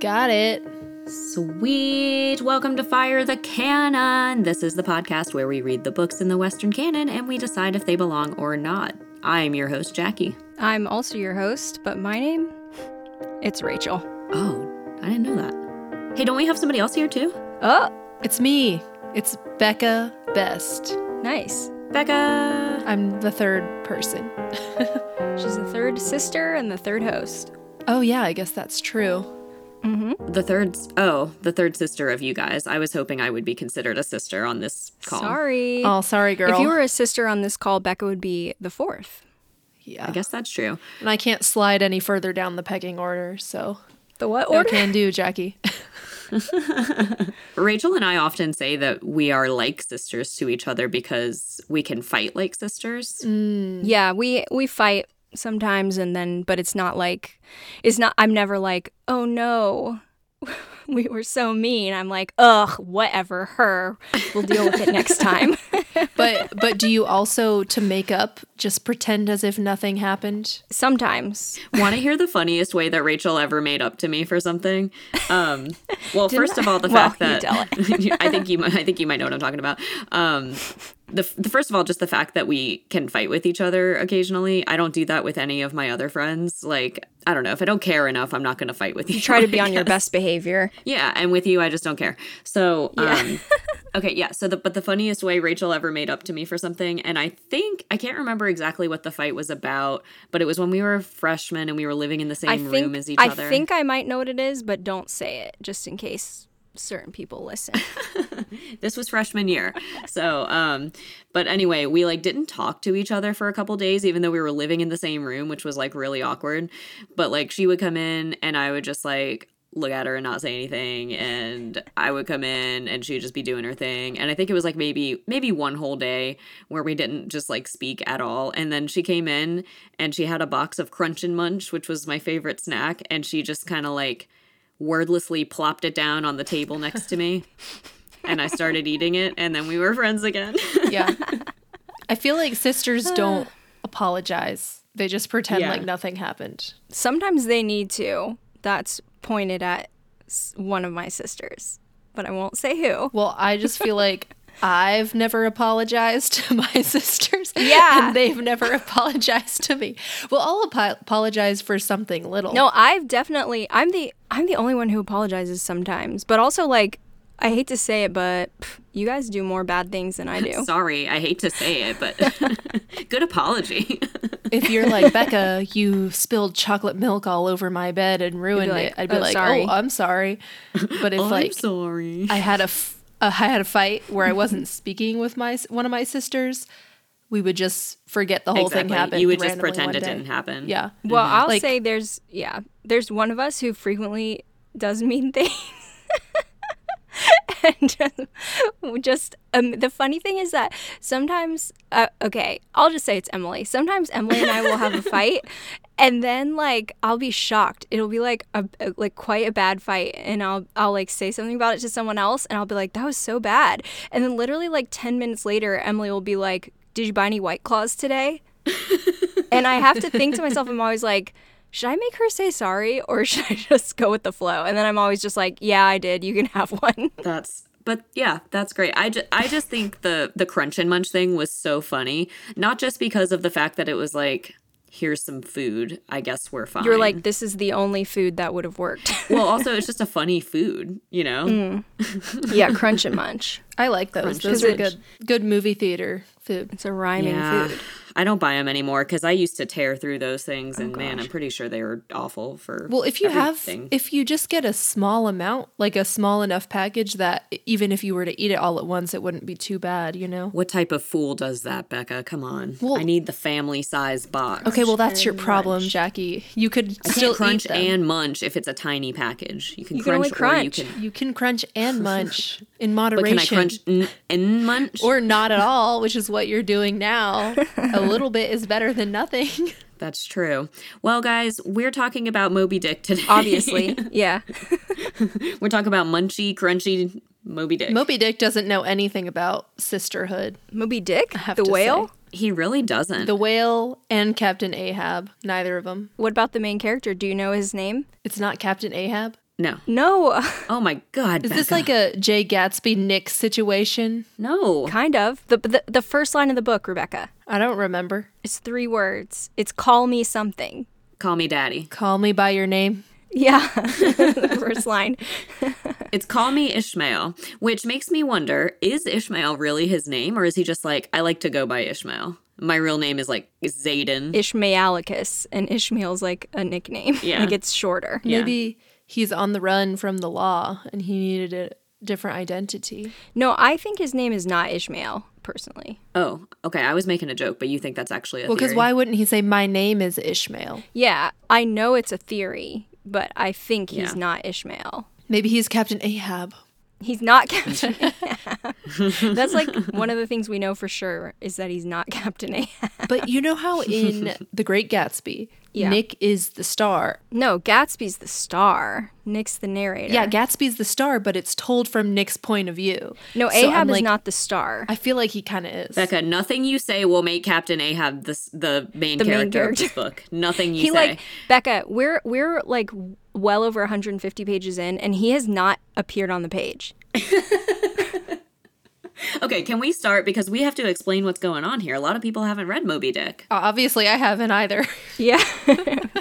Got it. Sweet. Welcome to Fire the Canon. This is the podcast where we read the books in the Western canon and we decide if they belong or not. I'm your host, Jackie. I'm also your host, but my name? It's Rachel. Oh, I didn't know that. Hey, don't we have somebody else here too? Oh, It's me. It's Becca Best. nice. Becca. I'm the third person. She's the third sister and the third host. Oh, yeah, I guess that's true. The third, oh, the third sister of you guys. I was hoping I would be considered a sister on this call. Sorry. Oh, sorry, girl. If you were a sister on this call, Becca would be the fourth, yeah. I guess that's true. And I can't slide any further down the pegging order, so. the what No order? can do, Jackie. Rachel and I often say that we are like sisters to each other because we can fight like sisters. Yeah, we we fight sometimes, and then but it's not like it's not. I'm never like, oh no, we were so mean. I'm like, ugh, whatever. Her, we'll deal with it next time. but but do you also to make up just pretend as if nothing happened? sometimes. Want to hear the funniest way that Rachel ever made up to me for something? Um, well, first of all, the Well, fact you that I think you might, I think you might know what I'm talking about. Um, the, f- the first of all, just the fact that we can fight with each other occasionally. I don't do that with any of my other friends. Like I don't know if I don't care enough, I'm not going to fight with you. Try to be I on your guess. best behavior. Yeah, and with you, I just don't care. So, um, okay, yeah. So, the, but the funniest way Rachel ever made up to me for something, and I think I can't remember exactly what the fight was about, but it was when we were freshmen and we were living in the same I room think as each I other. think I might know what it is, but don't say it just in case certain people listen. this was freshman year. So, um, but anyway, we like didn't talk to each other for a couple days, even though we were living in the same room, which was like really awkward. But like she would come in and I would just like look at her and not say anything and I would come in and she'd just be doing her thing and I think it was like maybe maybe one whole day where we didn't just like speak at all and then she came in and she had a box of crunch and munch which was my favorite snack and she just kind of like wordlessly plopped it down on the table next to me and I started eating it, and then we were friends again. Yeah. I feel like sisters don't apologize. They just pretend Yeah. like nothing happened. Sometimes they need to. That's pointed at s- one of my sisters, but I won't say who. Well, I just feel like I've never apologized to my sisters. Yeah. And they've never apologized to me. Well, I'll apo- apologize for something little. No, I've definitely I'm the I'm the only one who apologizes sometimes, but also like I hate to say it, but pff, you guys do more bad things than I Oh. do. Sorry, I hate to say it, but good apology. If you're like, Becca, you spilled chocolate milk all over my bed and ruined like, it, I'd be "Oh, like, sorry." oh, I'm sorry. But if, I'm like, sorry. I had a, f- a I had a fight where I wasn't speaking with my s- one of my sisters, we would just forget the whole thing happened. you would just randomly pretend one it day. didn't happen. Yeah. Well, I'll Like- say there's yeah, there's one of us who frequently does mean things. and just, just um, the funny thing is that sometimes uh, okay, I'll just say it's Emily. Sometimes Emily and I will have a fight and then like I'll be shocked. It'll be like a a- like quite a bad fight and I'll I'll like say something about it to someone else and I'll be like that was so bad. And then literally like 10 minutes later Emily will be like, "Did you buy any white claws today?" and I have to think to myself, I'm always like, should I make her say sorry or should I just go with the flow? And then I'm always just like, yeah, I did. You can have one. That's but yeah, that's great. I just I just think the the crunch and munch thing was so funny, not just because of the fact that it was like here's some food. I guess we're fine. You're like, this is the only food that would have worked. well, also it's just a funny food, you know. Mm, yeah, crunch and munch. I like those. Those Crunch. are good good movie theater food. It's a rhyming Yeah. food. I don't buy them anymore because I used to tear through those things, and man, I'm pretty sure they were awful for. Oh, Well, if you everything. have if you just get a small amount, like a small enough package that even if you were to eat it all at once, it wouldn't be too bad, you know. What type of fool does that, Becca? Come on. Well- I need the family size box. Okay, well that's your problem, Jackie. You could You can't still crunch eat them. and munch if it's a tiny package. You can, You can crunch, only crunch. or you can. you can crunch and munch in But moderation. can I crunch n- and munch? or not at all, which is what you're doing now. A little bit is better than nothing. That's true. Well, guys, we're talking about Moby Dick today. Obviously. yeah. we're talking about munchy, crunchy Moby Dick. Moby Dick doesn't know anything about sisterhood. Moby Dick, have the to whale. say. he really doesn't. The whale and Captain Ahab, neither of them. What about the main character? Do you know his name? It's not Captain Ahab. No. No, Oh my god. Is this Becca. like a Jay Gatsby Nick situation? no? kind of. The, the the first line of the book, Rebecca. I don't remember. It's three words. It's call me something. Call me daddy. Call me by your name. Yeah. the first line. It's call me Ishmael, which makes me wonder: Is Ishmael really his name, or is he just like I like to go by Ishmael? My real name is like Zayden. Ishmaelicus. And Ishmael's like a nickname. Yeah. Like it's shorter. Yeah. Maybe he's on the run from the law and he needed a different identity. No, I think his name is not Ishmael, personally. oh, okay. I was making a joke, but you think that's actually a Well, because theory. why wouldn't he say, My name is Ishmael? Yeah. I know it's a theory, but I think he's Yeah. not Ishmael. Maybe he's Captain Ahab. He's not Captain Ahab. That's like one of the things we know for sure is that he's not Captain Ahab. But you know how in The Great Gatsby, Yeah. Nick is the star. No, Gatsby's the star. Nick's the narrator. Yeah, Gatsby's the star, but it's told from Nick's point of view. No, So Ahab I'm is like- not the star. I feel like he kind of is. Becca, nothing you say will make Captain Ahab the s- the main The main character of this character. book. Nothing you he say. like Becca, we're we're like well over 150 pages in and he has not appeared on the page. okay, can we start because we have to explain what's going on here. A lot of people haven't read Moby Dick. Obviously, I haven't either. Yeah.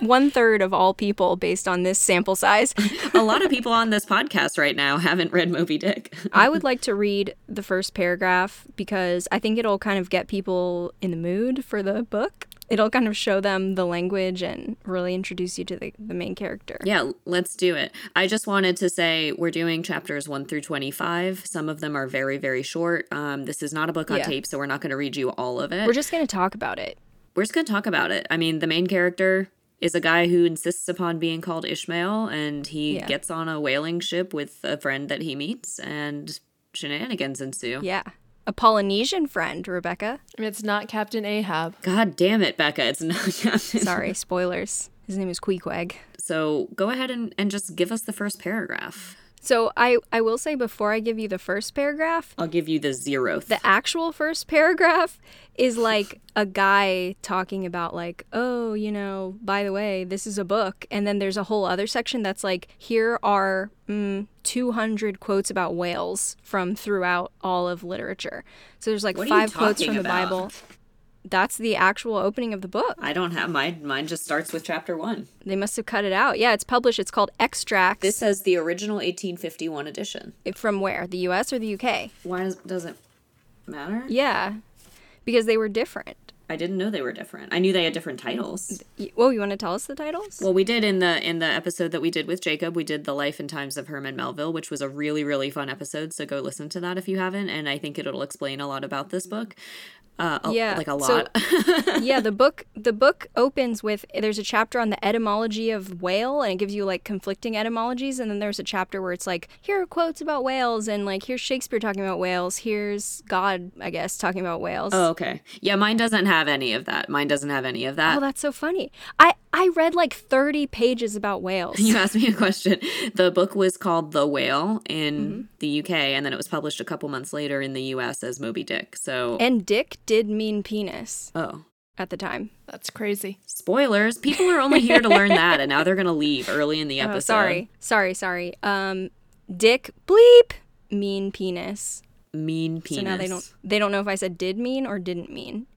One third of all people based on this sample size. A lot of people on this podcast right now haven't read Moby Dick. I would like to read the first paragraph because I think it'll kind of get people in the mood for the book. It'll kind of show them the language and really introduce you to the, the main character. Yeah, let's do it. I just wanted to say we're doing chapters 1 through 25. Some of them are very, very short. Um, this is not a book on Yeah. tape, so we're not going to read you all of it. We're just going to talk about it. we're just going to talk about it. I mean, the main character is a guy who insists upon being called Ishmael, and he Yeah. gets on a whaling ship with a friend that he meets, and shenanigans ensue. Yeah. A Polynesian friend, Rebecca. It's not Captain Ahab. God damn it, Becca. It's not. Sorry, spoilers. His name is Queequeg. So go ahead and, and just give us the first paragraph. So I, I will say before I give you the first paragraph, I'll give you the zeroth. the actual first paragraph is like a guy talking about like, oh, you know, by the way, this is a book, and then there's a whole other section that's like, here are mm, 200 quotes about whales from throughout all of literature. So there's like What are you five quotes from talking the about? Bible. That's the actual opening of the book. I don't have mine. Mine just starts with chapter one. They must have cut it out. Yeah, it's published. It's called Extracts. This says the original 1851 edition. from where? The U.S. or the U.K.? Why does, does it matter? Yeah, because they were different. I didn't know they were different. I knew they had different titles. Y- Whoa, you want to tell us the titles? Well, we did in the in the episode that we did with Jacob, we did the Life and Times of Herman Melville, which was a really really fun episode. So go listen to that if you haven't, and I think it'll explain a lot about this book. Uh, a- Mm-hmm. Yeah, like a so- lot. yeah, the book the book opens with there's a chapter on the etymology of whale and it gives you like conflicting etymologies and then there's a chapter where it's like here are quotes about whales and like here's Shakespeare talking about whales, here's God, I guess, talking about whales. oh, okay. Yeah, mine doesn't have any of that. Mine doesn't have any of that. Oh, that's so funny. I I read like 30 pages about whales. You asked me a question. The book was called The Whale Mm-hmm. in the UK, and then it was published a couple months later in the US as Moby Dick. So, And dick did mean penis oh, at the time. That's crazy. spoilers. People are only here to learn that, and now they're going to leave early in the episode. Oh, sorry. Sorry, sorry. Um dick bleep mean penis. Mean penis. So now they don't they don't know if I said did mean or didn't mean.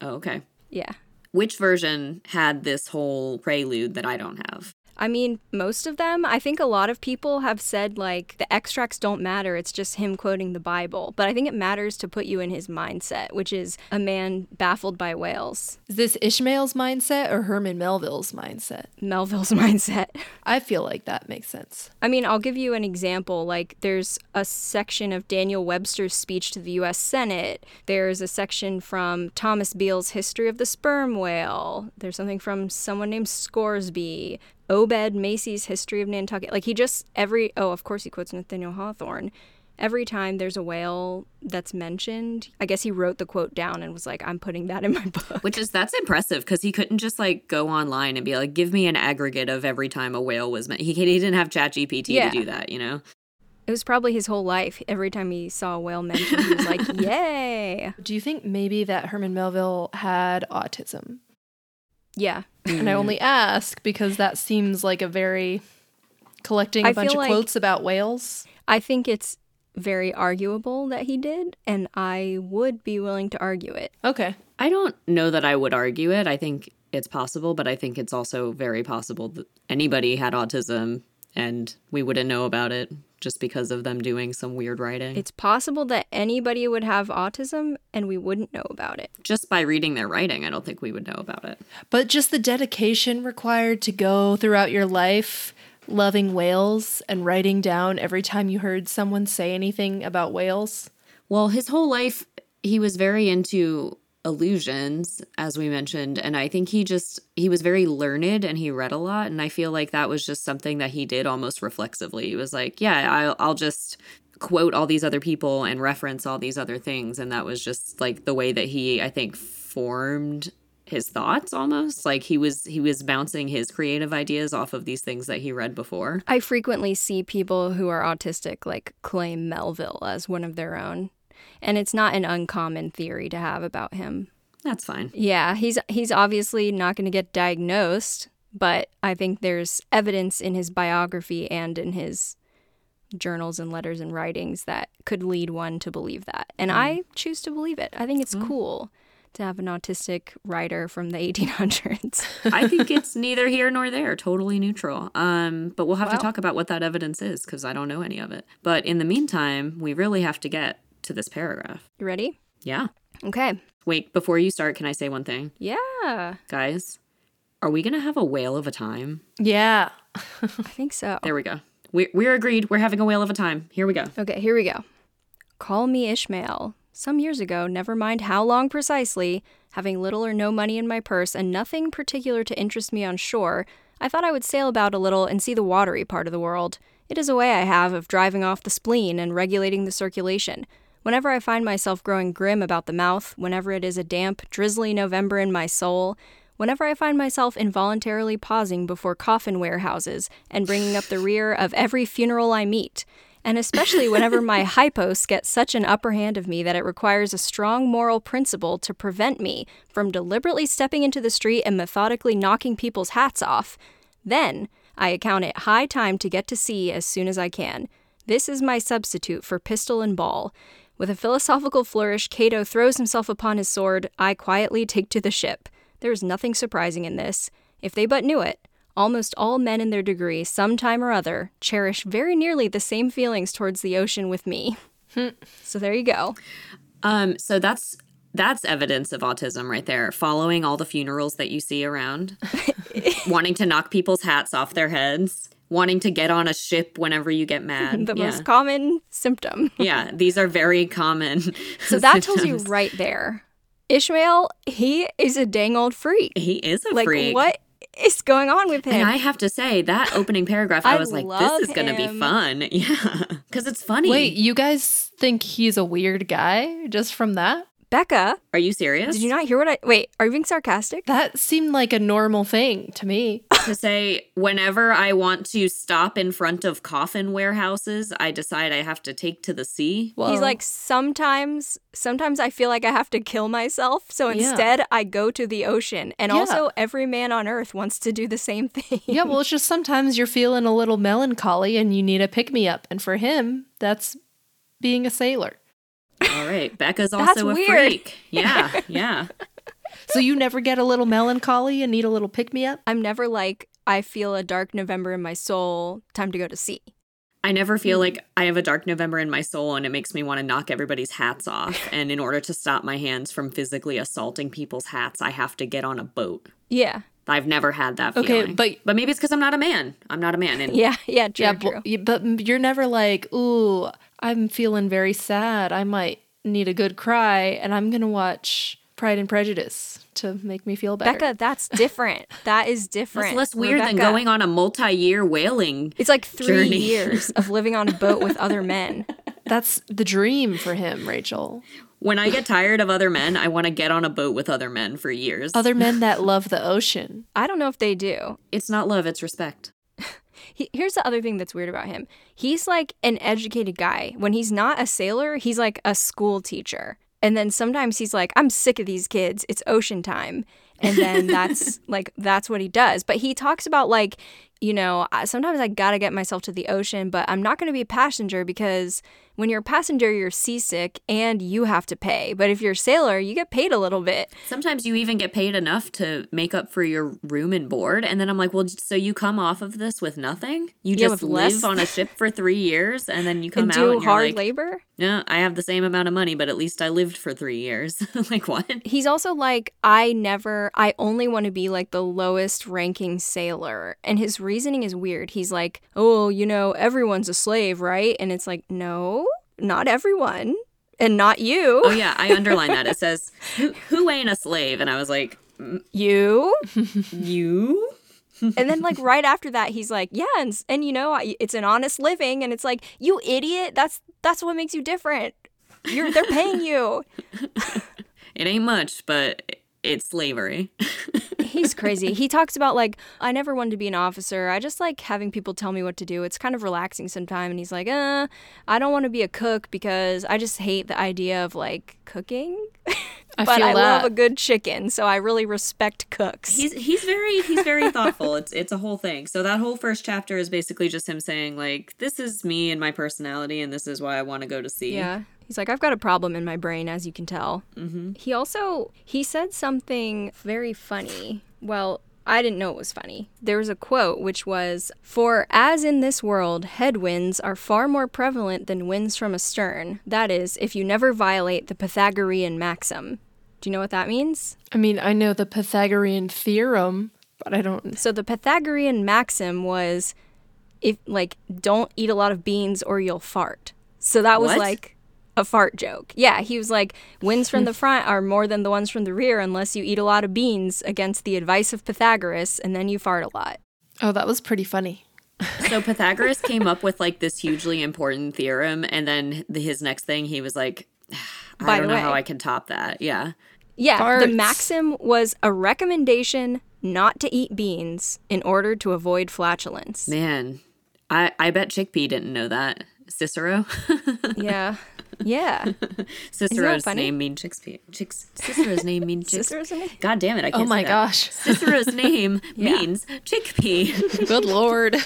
Oh, okay. Yeah. Which version had this whole prelude that I don't have? I mean, most of them. I think a lot of people have said like the extracts don't matter. It's just him quoting the Bible. But I think it matters to put you in his mindset, which is a man baffled by whales. Is this Ishmael's mindset or Herman Melville's mindset? Melville's mindset. I feel like that makes sense. I mean, I'll give you an example. Like, there's a section of Daniel Webster's speech to the U.S. Senate. There's a section from Thomas Beale's History of the Sperm Whale. There's something from someone named Scoresby. Obed Macy's History of Nantucket. Like, he just, every, oh, of course he quotes Nathaniel Hawthorne. Every time there's a whale that's mentioned, I guess he wrote the quote down and was like, I'm putting that in my book. Which is that's impressive because he couldn't just like go online and be like, give me an aggregate of every time a whale was met. He, he didn't have ChatGPT Yeah. to do that, you know? It was probably his whole life. Every time he saw a whale mentioned, he was like, yay. Do you think maybe that Herman Melville had autism? Yeah. Mm. And I only ask because that seems like a very collecting a I bunch feel of like- quotes about whales. I think it's very arguable that he did, and I would be willing to argue it. Okay. I don't know that I would argue it. I think it's possible, but I think it's also very possible that anybody had autism and we wouldn't know about it just because of them doing some weird writing. It's possible that anybody would have autism and we wouldn't know about it. just by reading their writing, I don't think we would know about it. But just the dedication required to go throughout your life loving whales and writing down every time you heard someone say anything about whales. Well, his whole life, he was very into illusions, as we mentioned. And I think he just, he was very learned and he read a lot. And I feel like that was just something that he did almost reflexively. He was like, yeah, I'll, I'll just quote all these other people and reference all these other things. And that was just like the way that he, I think, formed his thoughts almost like he was he was bouncing his creative ideas off of these things that he read before I frequently see people who are autistic like claim Melville as one of their own, and it's not an uncommon theory to have about him. that's fine Yeah, he's he's obviously not going to get diagnosed, but I think there's evidence in his biography and in his journals and letters and writings that could lead one to believe that. And I choose to believe it. I think it's cool to have an autistic writer from the 1800s. I think it's neither here nor there, totally neutral. Um, but we'll have to Wow. talk about what that evidence is because I don't know any of it. But in the meantime, we really have to get to this paragraph. You ready? Yeah. Okay. Wait, before you start, can I say one thing? Yeah. Guys, are we going to have a whale of a time? Yeah. I think so. There we go. We- we're agreed. We're having a whale of a time. Here we go. Okay, here we go. Call me Ishmael. Some years ago, never mind how long precisely, having little or no money in my purse and nothing particular to interest me on shore, I thought I would sail about a little and see the watery part of the world. It is a way I have of driving off the spleen and regulating the circulation. Whenever I find myself growing grim about the mouth, whenever it is a damp, drizzly November in my soul, whenever I find myself involuntarily pausing before coffin warehouses and bringing up the rear of every funeral I meet, and especially whenever my hypos get such an upper hand of me that it requires a strong moral principle to prevent me from deliberately stepping into the street and methodically knocking people's hats off, then I account it high time to get to sea as soon as I can. This is my substitute for pistol and ball. With a philosophical flourish, Cato throws himself upon his sword. I quietly take to the ship. There is nothing surprising in this. If they but knew it, almost all men in their degree, some time or other, cherish very nearly the same feelings towards the ocean with me. Hmm. so there you go. Um, so that's that's evidence of autism right there. Following all the funerals that you see around, wanting to knock people's hats off their heads, wanting to get on a ship whenever you get mad. The yeah. most common symptom. yeah, these are very common. So that tells you right there. Ishmael, he is a dang old freak. he is a Like freak. what is going on with And him? I have to say that opening paragraph, I, I was like, love "This is going to be him. fun." Yeah, because it's funny. Wait, you guys think he's a weird guy just from that? Becca, are you serious? did you not hear what I Wait, are you being sarcastic? That seemed like a normal thing to me. to say whenever I want to stop in front of coffin warehouses, I decide I have to take to the sea. He's like sometimes sometimes I feel like I have to kill myself, so Yeah. instead I go to the ocean. And Yeah. also every man on earth wants to do the same thing. Yeah, well, it's just sometimes you're feeling a little melancholy and you need a pick me up. And for him, that's being a sailor. All right, Becca's also That's a weird. freak. Yeah, yeah. So you never get a little melancholy and need a little pick me up? I'm never like I feel a dark November in my soul, time to go to sea. I never feel like I have a dark November in my soul and it makes me want to knock everybody's hats off. And in order to stop my hands from physically assaulting people's hats, I have to get on a boat. Yeah. I've never had that Okay, feeling. but- but maybe it's because I'm not a man. I'm not a man. And Yeah, yeah, true, yeah, true. but, you- but m- you're never like, ooh, I'm feeling very sad. I might need a good cry and I'm going to watch Pride and Prejudice to make me feel better. Becca, that's different. That is different. that's less weird than Rebecca, going on a multi-year whaling. It's like three journey. years of living on a boat with other men. That's the dream for him, Rachel. When I get tired of other men, I want to get on a boat with other men for years. Other men that love the ocean. I don't know if they do. it's not love, it's respect. He, here's the other thing that's weird about him he's like an educated guy. When he's not a sailor, he's like a school teacher. And then sometimes he's like, I'm sick of these kids. It's ocean time. and then that's like that's what he does but he talks about like you know I- sometimes i gotta get myself to the ocean but i'm not gonna be a passenger because when you're a passenger you're seasick and you have to pay but if you're a sailor you get paid a little bit Sometimes you even get paid enough to make up for your room and board. And then I'm like, well, so you come off of this with nothing? You Yeah, just with live less. on a ship for three years and then you come and out do and you're hard like, labor no, I have the same amount of money, but at least I lived for three years. like, what? he's also like i never i only want to be like the lowest ranking sailor and his reasoning is weird he's like oh you know everyone's a slave right and it's like no not everyone and not you Oh, yeah, I underline that. It says, who, who ain't a slave? And I was like, "Mm, you you? and then like right after that he's like yeah and, s- and you know I- it's an honest living and it's like you idiot that's that's what makes you different you're they're paying you It ain't much, but it's slavery. He's crazy. He talks about like I never wanted to be an officer. I just like having people tell me what to do. It's kind of relaxing sometimes. And he's like, uh, I don't want to be a cook because I just hate the idea of like cooking. I but feel that. I love a good chicken, so I really respect cooks. he's he's very he's very thoughtful. It's it's a whole thing. So that whole first chapter is basically just him saying like this is me and my personality and this is why I want to go to sea. yeah. He's like, I've got a problem in my brain, as you can tell. Mm-hmm. He also he said something very funny. Well. I didn't know it was funny. There was a quote which was For as in this world, headwinds are far more prevalent than winds from astern. That is, if you never violate the Pythagorean maxim. Do you know what that means? I mean, I know the Pythagorean theorem, but I don't. So the Pythagorean maxim was if like don't eat a lot of beans or you'll fart. So that was What? like a fart joke. Yeah, he was like winds from the front are more than the ones from the rear unless you eat a lot of beans against the advice of Pythagoras and then you fart a lot. Oh, that was pretty funny. So Pythagoras came up with like this hugely important theorem and then the, his next thing he was like "Ah, I By don't the know way. how I can top that. Yeah. Yeah, the Farts. maxim was a recommendation not to eat beans in order to avoid flatulence. Man, I I bet Chickpea didn't know that. Cicero. yeah. Yeah. Cicero's funny? name mean chickpea. Chicks Cicero's name mean chickpea. Sisters in it? God damn it, I can't Oh say my that. gosh. Cicero's name means chickpea. Good lord.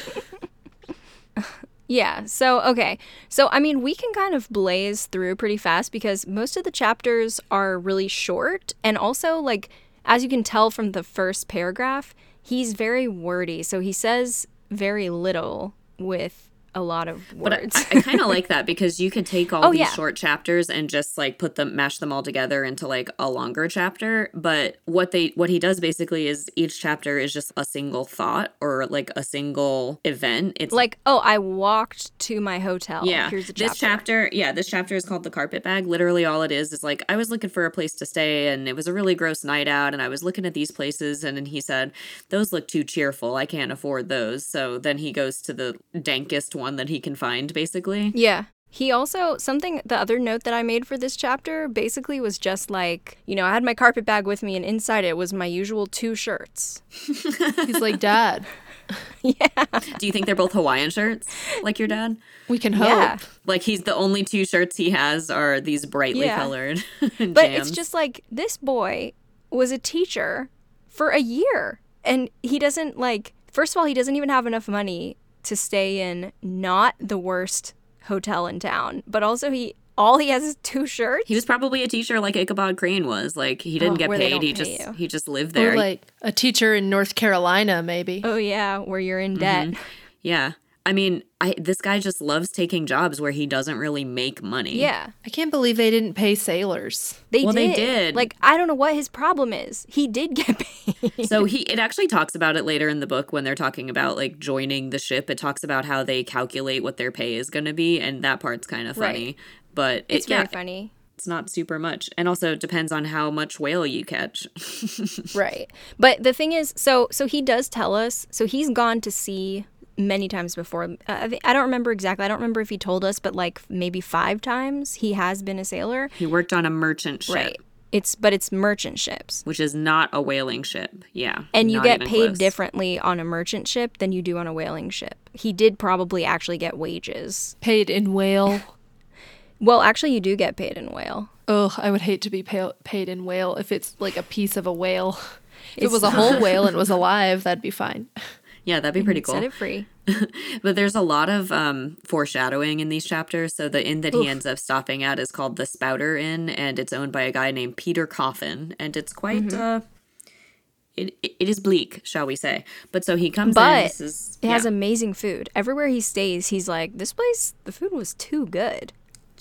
Yeah. So, okay. So, I mean, we can kind of blaze through pretty fast because most of the chapters are really short. And also, like, as you can tell from the first paragraph, he's very wordy. So, he says very little with a lot of But words. I, I kind of like that because you could take all Oh, these yeah. short chapters and just like put them, mash them all together into like a longer chapter. But what they, what he does basically is each chapter is just a single thought or like a single event. It's like, oh, I walked to my hotel. yeah, Here's a this chapter, yeah, this chapter is called the carpet bag. Literally, all it is is like I was looking for a place to stay, and it was a really gross night out, and I was looking at these places, and then he said, "Those look too cheerful. I can't afford those." So then he goes to the dankest one that he can find, basically. Yeah. He also, something, the other note that I made for this chapter basically was just like, you know, I had my carpet bag with me, and inside it was my usual two shirts. He's like, Dad, Do you think they're both Hawaiian shirts, like your dad? we can hope. Yeah. Like he's the only two shirts he has are these brightly Yeah. colored. But it's just like this boy was a teacher for a year and he doesn't like first of all he doesn't even have enough money to stay in not the worst hotel in town but also he all he has is two shirts he was probably a teacher like Ichabod Crane was. Like he didn't Oh, get where they paid. don't He pay just you. he just lived Or there. like a teacher in North Carolina, maybe. oh yeah where you're in debt Mm-hmm. yeah. I mean, I this guy just loves taking jobs where he doesn't really make money. yeah I can't believe they didn't pay sailors. they Well, they did. did. like i don't know what his problem is he did get paid So he it actually talks about it later in the book when they're talking about like joining the ship. It talks about how they calculate what their pay is going to be and that part's kind of Right. funny. But it, it's yeah, very funny it's not super much and also it depends on how much whale you catch right but the thing is so so he does tell us so he's gone to sea many times before uh, I, thi- I don't remember exactly i don't remember if he told us but like maybe five times he has been a sailor he worked on a merchant ship right it's but it's merchant ships which is not a whaling ship yeah and you not get even paid close. differently on a merchant ship than you do on a whaling ship he did probably actually get wages Paid in whale. well actually you do get paid in whale Ugh, I would hate to be pay- paid in whale if it's like a piece of a whale. If it was a whole whale and was alive, that'd be fine. Yeah, that'd be pretty cool. Set it free. but there's a lot of um, foreshadowing in these chapters. So the inn that he ends up stopping at is called the Spouter Inn, and it's owned by a guy named Peter Coffin, and it's quite Mm-hmm. uh, it it is bleak, shall we say? But so he comes in. But This is It has yeah, amazing food. Everywhere he stays, he's like, this place, the food was too good.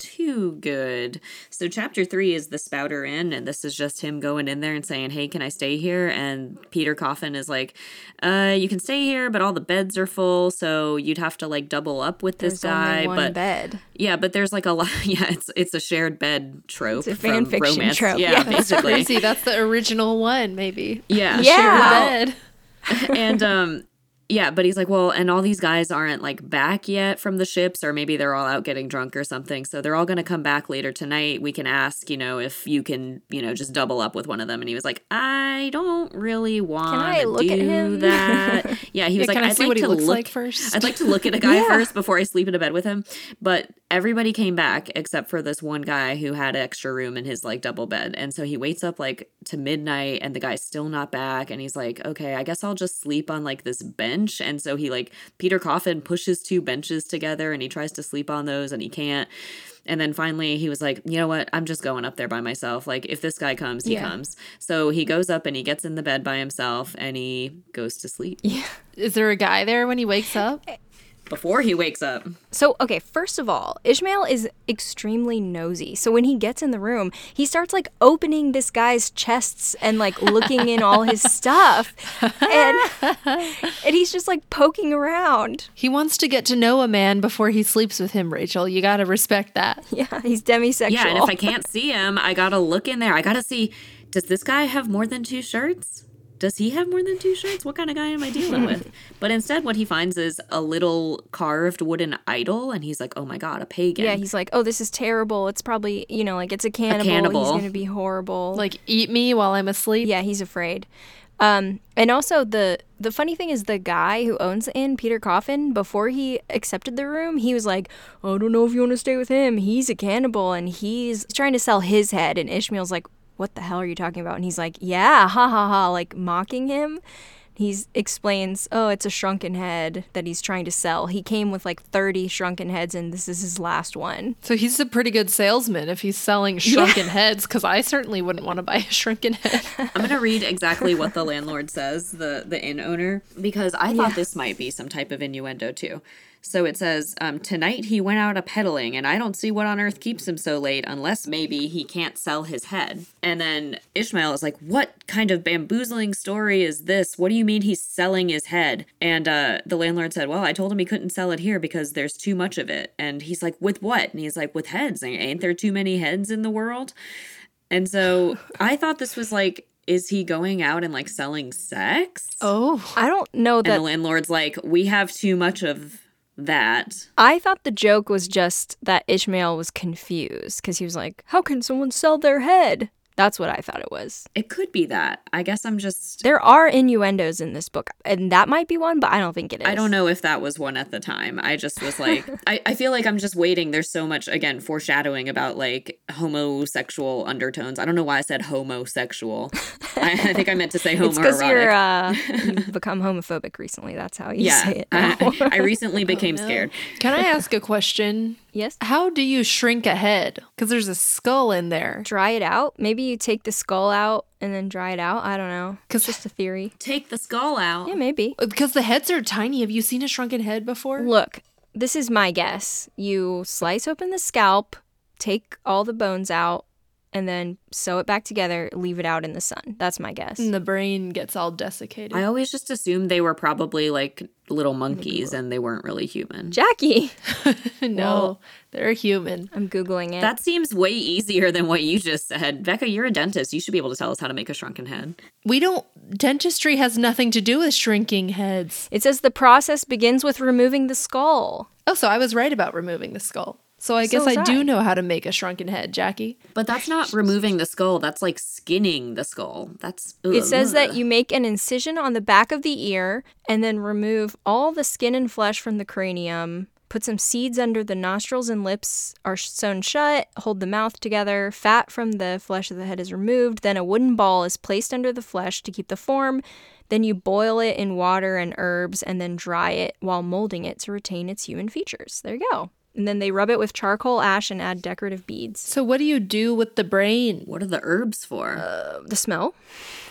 too good. So chapter three is the Spouter Inn, and this is just him going in there and saying, "Hey, can I stay here?" And Peter Coffin is like, "Uh, you can stay here, but all the beds are full, so you'd have to like double up with this There's guy." only one but bed. Yeah, but there's like a lot. Yeah, it's it's a shared bed trope. It's a from fan fiction romance. trope, Yeah, yeah. basically. Crazy. That's the original one, maybe. Yeah, Yeah. shared Bed. bed. and um, yeah, but he's like, well, and all these guys aren't like back yet from the ships, or maybe they're all out getting drunk or something. So they're all gonna come back later tonight. We can ask, you know, if you can, you know, just double up with one of them. And he was like, I don't really want to look at do him? that. Yeah, he was like, can I would see like what he to looks look like first? I'd like to look at a guy Yeah. first before I sleep in a bed with him. But everybody came back except for this one guy who had extra room in his like double bed. And so he waits up like to midnight and the guy's still not back. And he's like, okay, I guess I'll just sleep on like this bench. And so he like, Peter Coffin pushes two benches together and he tries to sleep on those and he can't. And then finally he was like, you know what? I'm just going up there by myself. Like if this guy comes, he Yeah. comes. So he goes up and he gets in the bed by himself and he goes to sleep Is there a guy there when he wakes up? before he wakes up. So, okay, first of all, Ishmael is extremely nosy. So when he gets in the room, he starts like opening this guy's chests and like looking in all his stuff. And and he's just like poking around. He wants to get to know a man before he sleeps with him, Rachel. You got to respect that. Yeah, he's demisexual. Yeah, and if I can't see him, I gotta look in there. I gotta see. Does this guy have more than two shirts? Does he have more than two shirts? What kind of guy am I dealing with? But instead, what he finds is a little carved wooden idol, and he's like, "Oh my god, a pagan!" yeah, he's like, "Oh, this is terrible. It's probably, you know, like it's a cannibal. cannibal. He's going to be horrible." Like, eat me while I'm asleep. Yeah, he's afraid. Um, and also the the funny thing is the guy who owns the inn, Peter Coffin, before he accepted the room, he was like, I don't know if you want to stay with him. He's a cannibal and he's trying to sell his head and Ishmael's like, What the hell are you talking about? And he's like, Yeah, ha ha ha, like mocking him. He's explains, Oh, it's a shrunken head that he's trying to sell. He came with like thirty shrunken heads and this is his last one. So he's a pretty good salesman if he's selling shrunken heads, because I certainly wouldn't want to buy a shrunken head. I'm gonna read exactly what the landlord says, the the inn owner, because I thought this might be some type of innuendo too. So it says, um, tonight he went out a peddling, and I don't see what on earth keeps him so late, unless maybe he can't sell his head. And then Ishmael is like, what kind of bamboozling story is this? What do you mean he's selling his head? And uh, the landlord said, well, I told him he couldn't sell it here because there's too much of it. And he's like, with what? And he's like, with heads. Ain't there too many heads in the world? And so I thought this was like, is he going out and like selling sex? Oh. I don't know and that the landlord's like, we have too much of that. I thought the joke was just that Ishmael was confused because he was like, How can someone sell their head? That's what I thought it was. It could be that. I guess I'm just, There are innuendos in this book, and that might be one, but I don't think it is. I don't know if that was one at the time. I just was like, I, I feel like I'm just waiting. There's so much, again, foreshadowing about like homosexual undertones. I don't know why I said homosexual. I, I think I meant to say It's homoerotic. because you're uh, you've become homophobic recently. That's how you yeah. uh-huh. say it. Now. Oh, I, I recently became scared. Can I ask a question? yes. How do you shrink a head? Because there's a skull in there. Dry it out. Maybe you take the skull out and then dry it out. I don't know. It's just a theory. Take the skull out. Yeah, maybe. Because the heads are tiny. Have you seen a shrunken head before? Look, this is my guess. You slice open the scalp, take all the bones out, and then sew it back together, leave it out in the sun. That's my guess. And the brain gets all desiccated. I always just assumed they were probably like little monkeys and they weren't really human. Jackie, no, they're human. I'm googling it. That seems way easier than what you just said. Becca, you're a dentist. You should be able to tell us how to make a shrunken head. We don't. Dentistry has nothing to do with shrinking heads. it says the process begins with removing the skull. Oh, so I was right about removing the skull. So I guess was I, do I. know how to make a shrunken head, Jackie. But that's not removing the skull. That's like skinning the skull. That's It says that ugh. you make an incision on the back of the ear and then remove all the skin and flesh from the cranium. Put some seeds under the nostrils and lips are sewn shut, hold the mouth together, fat from the flesh of the head is removed, then a wooden ball is placed under the flesh to keep the form. Then you boil it in water and herbs and then dry it while molding it to retain its human features. There you go. And then they rub it with charcoal ash and add decorative beads. So, what do you do with the brain? What are the herbs for? The smell?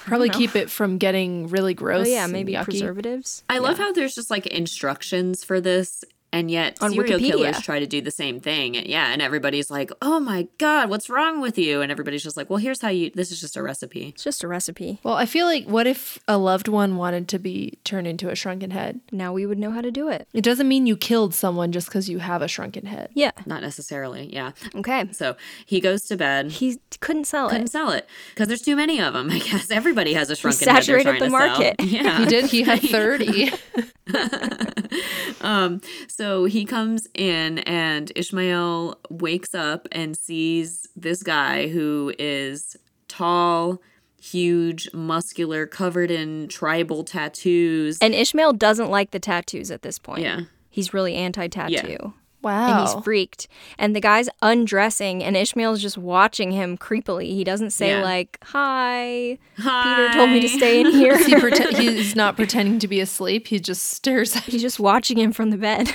Probably keep it from getting really gross. Oh, yeah, and maybe yucky. preservatives. I love how there's just like instructions for this. And yet, On serial Wikipedia. killers try to do the same thing. And yeah, and everybody's like, oh my God, what's wrong with you? And everybody's just like, well, here's how you, this is just a recipe. It's just a recipe. Well, I feel like what if a loved one wanted to be turned into a shrunken head? Now we would know how to do it. It doesn't mean you killed someone just because you have a shrunken head. Yeah. Not necessarily. Yeah. Okay. So he goes to bed. He couldn't sell Couldn't it. sell it because there's too many of them. I guess everybody has a shrunken head they're saturated the trying to sell. market. Yeah, He did. He had 30. Um, so he comes in, and Ishmael wakes up and sees this guy who is tall, huge, muscular, covered in tribal tattoos. And Ishmael doesn't like the tattoos at this point. yeah. He's really anti tattoo. wow. And he's freaked. And the guy's undressing, and Ishmael's just watching him creepily. He doesn't say, Yeah. like, hi, Peter Hi. told me to stay in here. He prete- he's not pretending to be asleep. He just stares at He's just watching him from the bed.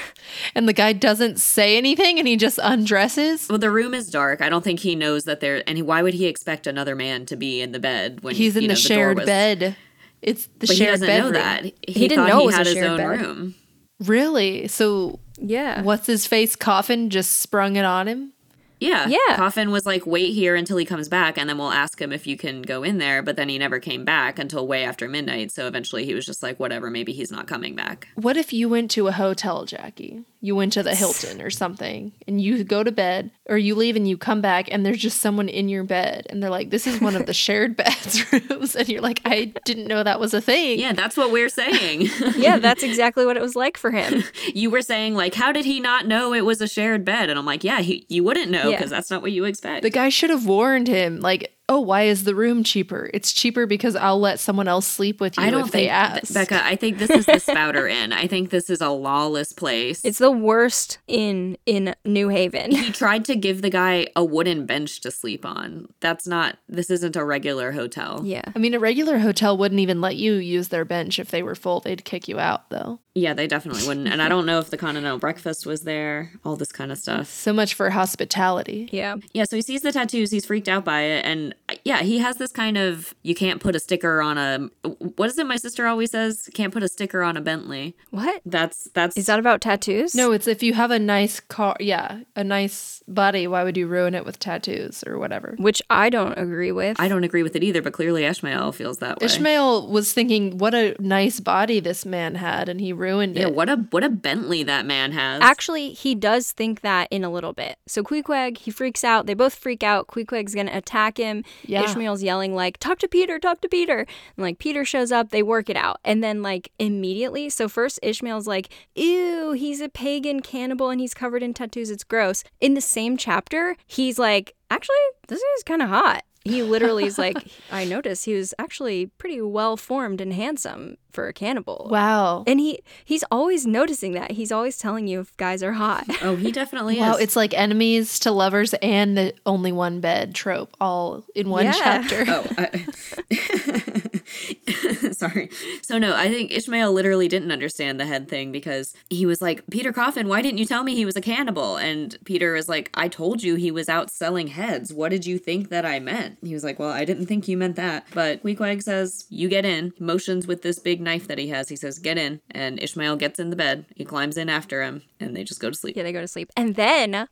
And the guy doesn't say anything and he just undresses. Well, the room is dark. I don't think he knows that there. And why would he expect another man to be in the bed when He's in you know, the door shared was- bed. It's the But he shared doesn't bed. know that. He, didn't thought know it he was a had his shared own bed. room. Really? So yeah. what's his face coffin just sprung it on him? Yeah. Yeah. Coffin was like, wait here until he comes back, and then we'll ask him if you can go in there. But then he never came back until way after midnight. So eventually he was just like, whatever, maybe he's not coming back. What if you went to a hotel, Jackie? You went to the Hilton or something and you go to bed or you leave and you come back and there's just someone in your bed and they're like, This is one of the shared beds rooms and you're like, I didn't know that was a thing. Yeah, that's what we're saying. yeah, that's exactly what it was like for him. you were saying, like, how did he not know it was a shared bed? And I'm like, yeah, he, you wouldn't know Yeah. because that's not what you expect. The guy should have warned him, like, oh, why is the room cheaper? It's cheaper because I'll let someone else sleep with you I don't if they think, ask. Becca, I think this is the spouter inn. I think this is a lawless place. It's the worst inn in New Haven. he tried to give the guy a wooden bench to sleep on. That's not, this isn't a regular hotel. Yeah. I mean, a regular hotel wouldn't even let you use their bench if they were full. They'd kick you out, though. Yeah, they definitely wouldn't. And I don't know if the continental breakfast was there, all this kind of stuff. So much for hospitality. Yeah. Yeah, so he sees the tattoos, he's freaked out by it. And uh, yeah, he has this kind of you can't put a sticker on a what is it my sister always says? Can't put a sticker on a Bentley. What? That's that's Is that about tattoos? No, it's if you have a nice car, yeah, a nice body, why would you ruin it with tattoos or whatever? Which I don't agree with. I don't agree with it either, but clearly Ishmael feels that way. Ishmael was thinking, what a nice body this man had, and he ruined yeah, it. what a what a Bentley that man has. Actually, he does think that in a little bit. So Queequeg, he freaks out. They both freak out. Queequeg's going to attack him. Yeah. Ishmael's yelling like, "Talk to Peter, talk to Peter." And like Peter shows up, they work it out. And then like immediately, so first Ishmael's like, "Ew, he's a pagan cannibal and he's covered in tattoos. It's gross." In the same chapter, he's like, "Actually, this is kind of hot." He literally is like, "I noticed he was actually pretty well formed and handsome for a cannibal." Wow. And he he's always noticing that. He's always telling you if guys are hot. oh, he definitely Wow, is. it's like enemies to lovers and the only one bed trope all in one Yeah. chapter. Oh, I- sorry. So no, I think Ishmael literally didn't understand the head thing because he was like, "Peter Coffin, why didn't you tell me he was a cannibal?" And Peter was like, "I told you he was out selling heads. What did you think that I meant?" He was like, "Well, I didn't think you meant that." But Queequeg says, "You get in." He motions with this big knife that he has. He says, "Get in," and Ishmael gets in the bed. He climbs in after him, and they just go to sleep. yeah, they go to sleep. And then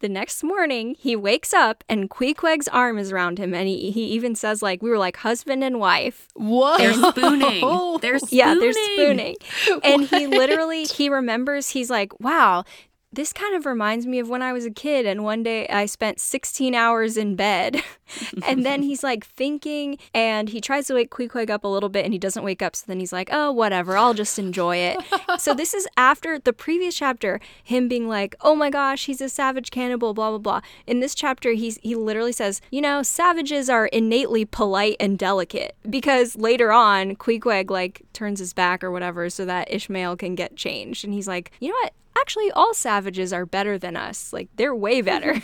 the next morning, he wakes up and Queequeg's arm is around him. And he, he even says, like, we were like husband and wife. Whoa. They're spooning. They're spooning. Yeah, they're spooning. And he literally, he remembers, he's like, wow, this kind of reminds me of when I was a kid. And one day I spent 16 hours in bed. and then he's like thinking, and he tries to wake Queequeg up a little bit and he doesn't wake up. So then he's like, oh, whatever, I'll just enjoy it. so this is after the previous chapter, him being like, oh my gosh, he's a savage cannibal, blah, blah, blah. In this chapter, he's, he literally says, you know, savages are innately polite and delicate because later on, Queequeg like turns his back or whatever so that Ishmael can get changed. And he's like, you know what? actually all savages are better than us. Like they're way better.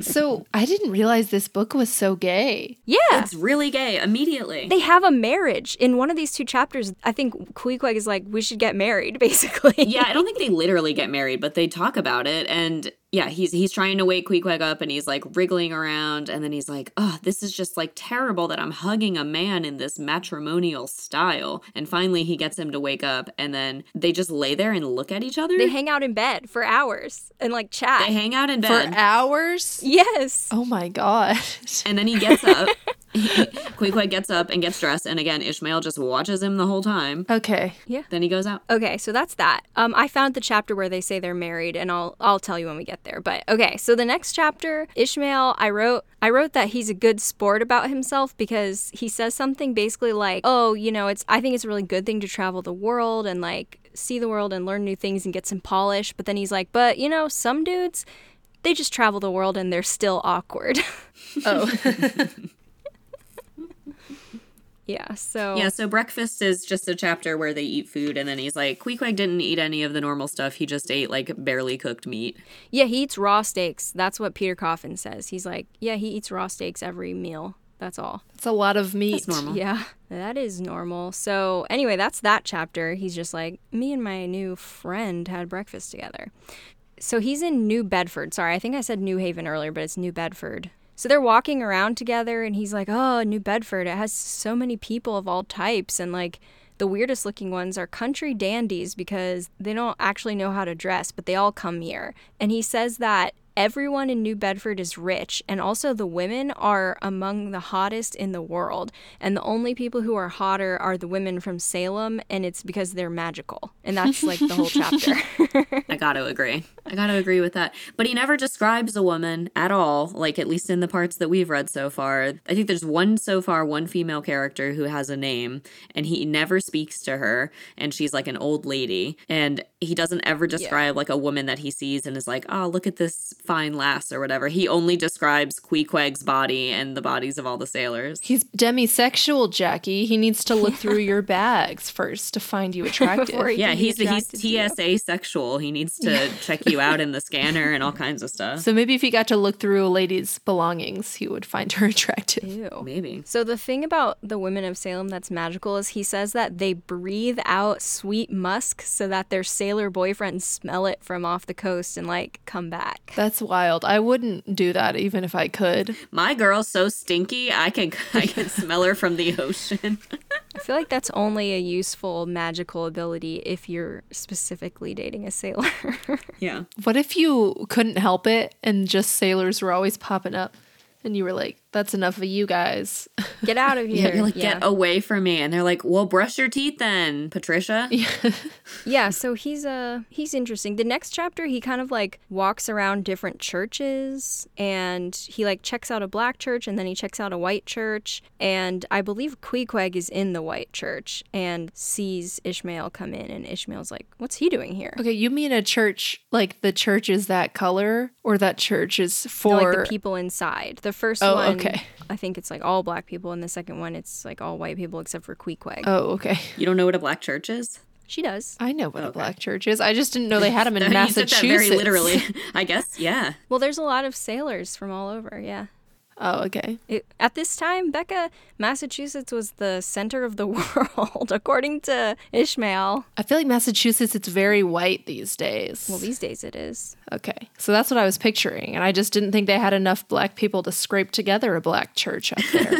So I didn't realize this book was so gay. yeah. It's really gay immediately. they have a marriage in one of these two chapters. I think Queequeg is like, we should get married, basically. yeah, I don't think they literally get married, but they talk about it. And yeah, he's he's trying to wake Queequeg up, and he's like wriggling around, and then he's like, "Oh, this is just like terrible that I'm hugging a man in this matrimonial style." And finally, he gets him to wake up, and then they just lay there and look at each other. They hang out in bed for hours and like chat. They hang out in For bed, hours? yes. Oh my god. and then he gets up. Queequeg gets up and gets dressed, and again, Ishmael just watches him the whole time. Okay. Then he goes out. Okay, so that's that. Um, I found the chapter where they say they're married, and I'll I'll tell you when we get there. But okay, so the next chapter, Ishmael, I wrote I wrote that he's a good sport about himself because he says something basically like, "Oh, you know, it's I think it's a really good thing to travel the world and like see the world and learn new things and get some polish." But then he's like, "But you know, some dudes, they just travel the world and they're still awkward." Oh. yeah. So Yeah, so breakfast is just a chapter where they eat food, and then he's like, Queequeg didn't eat any of the normal stuff. He just ate like barely cooked meat. yeah, he eats raw steaks. That's what Peter Coffin says. He's like, "Yeah, he eats raw steaks every meal." That's all. That's a lot of meat. It's normal. Yeah, that is normal. So, anyway, that's that chapter. He's just like, me and my new friend had breakfast together. So, he's in New Bedford. Sorry, I think I said New Haven earlier, but it's New Bedford. So, they're walking around together, and he's like, oh, New Bedford, it has so many people of all types. And, like, the weirdest looking ones are country dandies because they don't actually know how to dress, but they all come here. And he says that everyone in New Bedford is rich, and also the women are among the hottest in the world. And the only people who are hotter are the women from Salem, and it's because they're magical. And that's like the whole chapter. I gotta agree. I gotta agree with that. But he never describes a woman at all, like at least in the parts that we've read so far. I think there's one so far, one female character who has a name, and he never speaks to her, and she's like an old lady. And he doesn't ever describe like a woman that he sees and is like, oh, look at this fine lass or whatever. He only describes Queequeg's body and the bodies of all the sailors. He's demisexual, Jackie. He needs to look through your bags first to find you attractive. Before he- Yeah, can be he's he's attracted to you. TSA sexual. He needs to check you out in the scanner and all kinds of stuff. so maybe if he got to look through a lady's belongings, he would find her attractive. Ew. Maybe. So, the thing about the women of Salem that's magical is he says that they breathe out sweet musk so that their sailor boyfriends smell it from off the coast and like come back. That's wild. I wouldn't do that even if I could. My girl's so stinky, I can I can smell her from the ocean. I feel like that's only a useful magical ability if you're specifically dating a sailor. Yeah. What if you couldn't help it and just sailors were always popping up and you were like, that's enough of you guys? Get out of here. You're like, get away from me. And they're like, Well, brush your teeth then, Patricia. yeah so he's uh he's interesting the next chapter he kind of like walks around different churches and he like checks out a black church and then he checks out a white church and i believe queequeg is in the white church and sees ishmael come in and ishmael's like what's he doing here okay, you mean a church, like the church is that color or that church is No, for. like the people inside the first Oh, one, okay. i think it's like all black people and the second one it's like all white people except for queequeg oh, okay. You don't know what a black church is? she does I know what a black church is. I just didn't know they had them in You Massachusetts. took that very literally. I guess. Yeah. well there's a lot of sailors from all over yeah Oh, okay. It, at this time, Becca, Massachusetts was the center of the world, according to Ishmael. I feel like Massachusetts, it's very white these days. Well, these days it is. okay. So that's what I was picturing. And I just didn't think they had enough black people to scrape together a black church up there.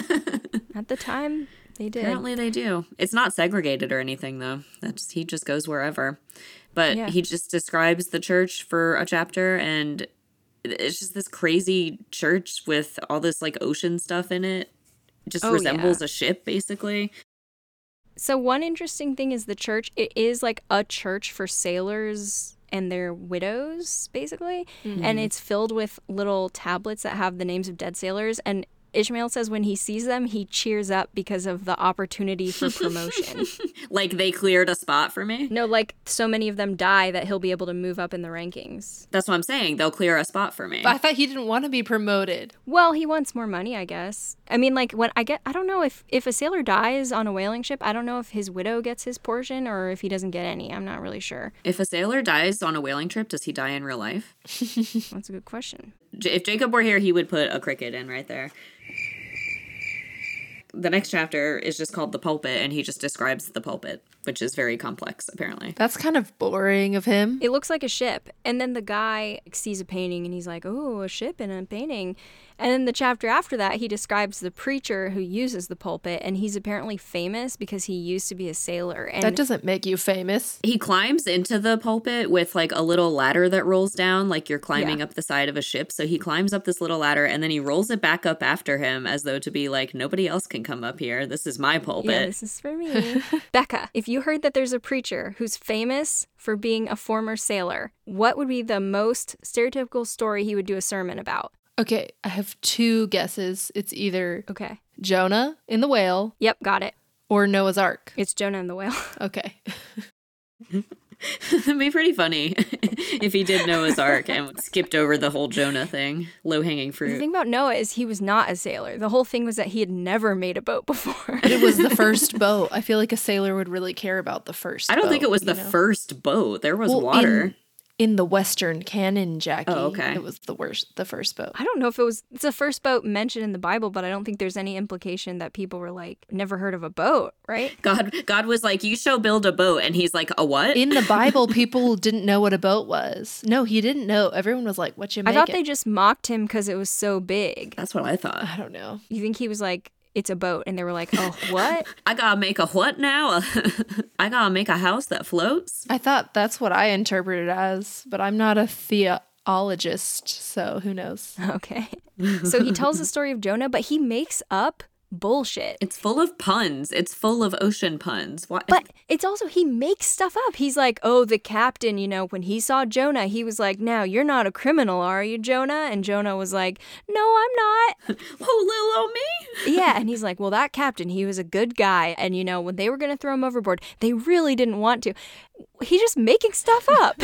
At the time, they did. Apparently they do. It's not segregated or anything though. That's he just goes wherever. But Yeah. he just describes the church for a chapter and it's just this crazy church with all this like ocean stuff in it. It Just Oh, resembles yeah. a ship basically. So, one interesting thing is the church, it is like a church for sailors and their widows, basically. And it's filled with little tablets that have the names of dead sailors. And Ishmael says when he sees them, he cheers up because of the opportunity for promotion. Like they cleared a spot for me. no, like so many of them die that he'll be able to move up in the rankings. That's what I'm saying. They'll clear a spot for me. I thought he didn't want to be promoted. Well, he wants more money, I guess. I mean, like when I get, I don't know if if a sailor dies on a whaling ship, I don't know if his widow gets his portion or if he doesn't get any. I'm not really sure. If a sailor dies on a whaling trip, does he die in real life? That's a good question. J- if Jacob were here, he would put a cricket in right there. The next chapter is just called The Pulpit, and he just describes the pulpit, which is very complex, apparently. That's kind of boring of him. It looks like a ship. And then the guy sees a painting and he's like, oh, a ship and a painting. And then the chapter after that, he describes the preacher who uses the pulpit. And he's apparently famous because he used to be a sailor. And That doesn't make you famous. He climbs into the pulpit with like a little ladder that rolls down, like you're climbing up the side of a ship. So he climbs up this little ladder and then he rolls it back up after him as though to be like, nobody else can come up here. This is my pulpit. yeah, this is for me. Becca, if you heard that there's a preacher who's famous for being a former sailor, what would be the most stereotypical story he would do a sermon about? Okay, I have two guesses. It's either Okay. Jonah in the whale Yep, got it. or Noah's Ark. It's Jonah and the whale. Okay. It'd be pretty funny if he did Noah's Ark and skipped over the whole Jonah thing. Low hanging The fruit. thing about Noah is he was not a sailor. The whole thing was that he had never made a boat before. But it was the first boat. I feel like a sailor would really care about the first. I don't think boat, it was you the know? first boat. There was Well, water. In, in the Western canon, Jackie. Oh, okay. It was the worst, the first boat. I don't know if it was it's the first boat mentioned in the Bible, but I don't think there's any implication that people were like never heard of a boat, right? God God was like, You shall build a boat and he's like, A what? In the Bible, people didn't know what a boat was. No, he didn't know. Everyone was like, "What you I make?" thought it? they just mocked him because it was so big. That's what I thought. I don't know. You think he was like, "It's a boat," and they were like, "Oh, what?" I gotta make a what now? I gotta make a house that floats. I thought that's what I interpreted as, but I'm not a theologist, so who knows? okay. So he tells the story of Jonah, but he makes up bullshit. It's full of puns. It's full of ocean puns. Why But it's also he makes stuff up. He's like, "Oh, the captain, you know, when he saw Jonah, he was like, "Now, you're not a criminal, are you, Jonah?" And Jonah was like, "No, I'm not." oh little old me? yeah, and he's like, well, that captain, he was a good guy, and you know, when they were gonna throw him overboard, they really didn't want to. He's just making stuff up.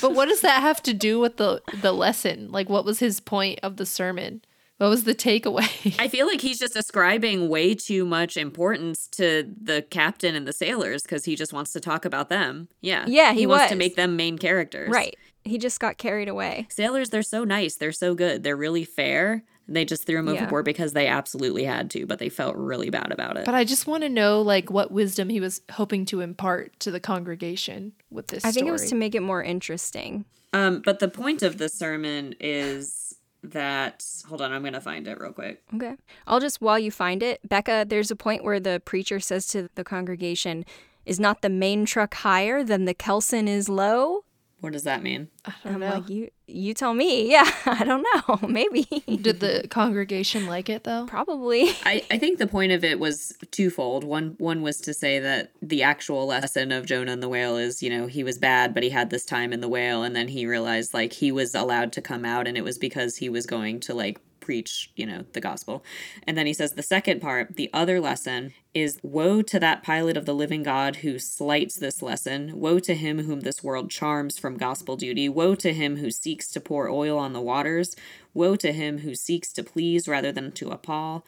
But what does that have to do with the the lesson? Like, what was his point of the sermon? What was the takeaway? I feel like he's just ascribing way too much importance to the captain and the sailors because he just wants to talk about them. Yeah. Yeah, he wants to was. make them main characters. right. He just got carried away. Sailors, they're so nice. They're so good. They're really fair. They just threw him Yeah. overboard because they absolutely had to, but they felt really bad about it. But I just want to know, like, what wisdom he was hoping to impart to the congregation with this. I think it was to story. make it more interesting. um, but the point of the sermon is that hold on, I'm gonna find it real quick. Okay. I'll just, while you find it, Becca, there's a point where the preacher says to the congregation, is not the main truck higher than the Kelson is low? What does that mean? I don't I'm know. like, you, you tell me. Yeah, I don't know. Maybe. Did the congregation like it though? Probably. I, I think the point of it was twofold. One one was to say that the actual lesson of Jonah and the whale is, you know, he was bad, but he had this time in the whale, and then he realized like he was allowed to come out, and it was because he was going to like preach, you know, the gospel. And then he says the second part, the other lesson is woe to that pilot of the living God who slights this lesson. Woe to him whom this world charms from gospel duty. Woe to him who seeks to pour oil on the waters. Woe to him who seeks to please rather than to appall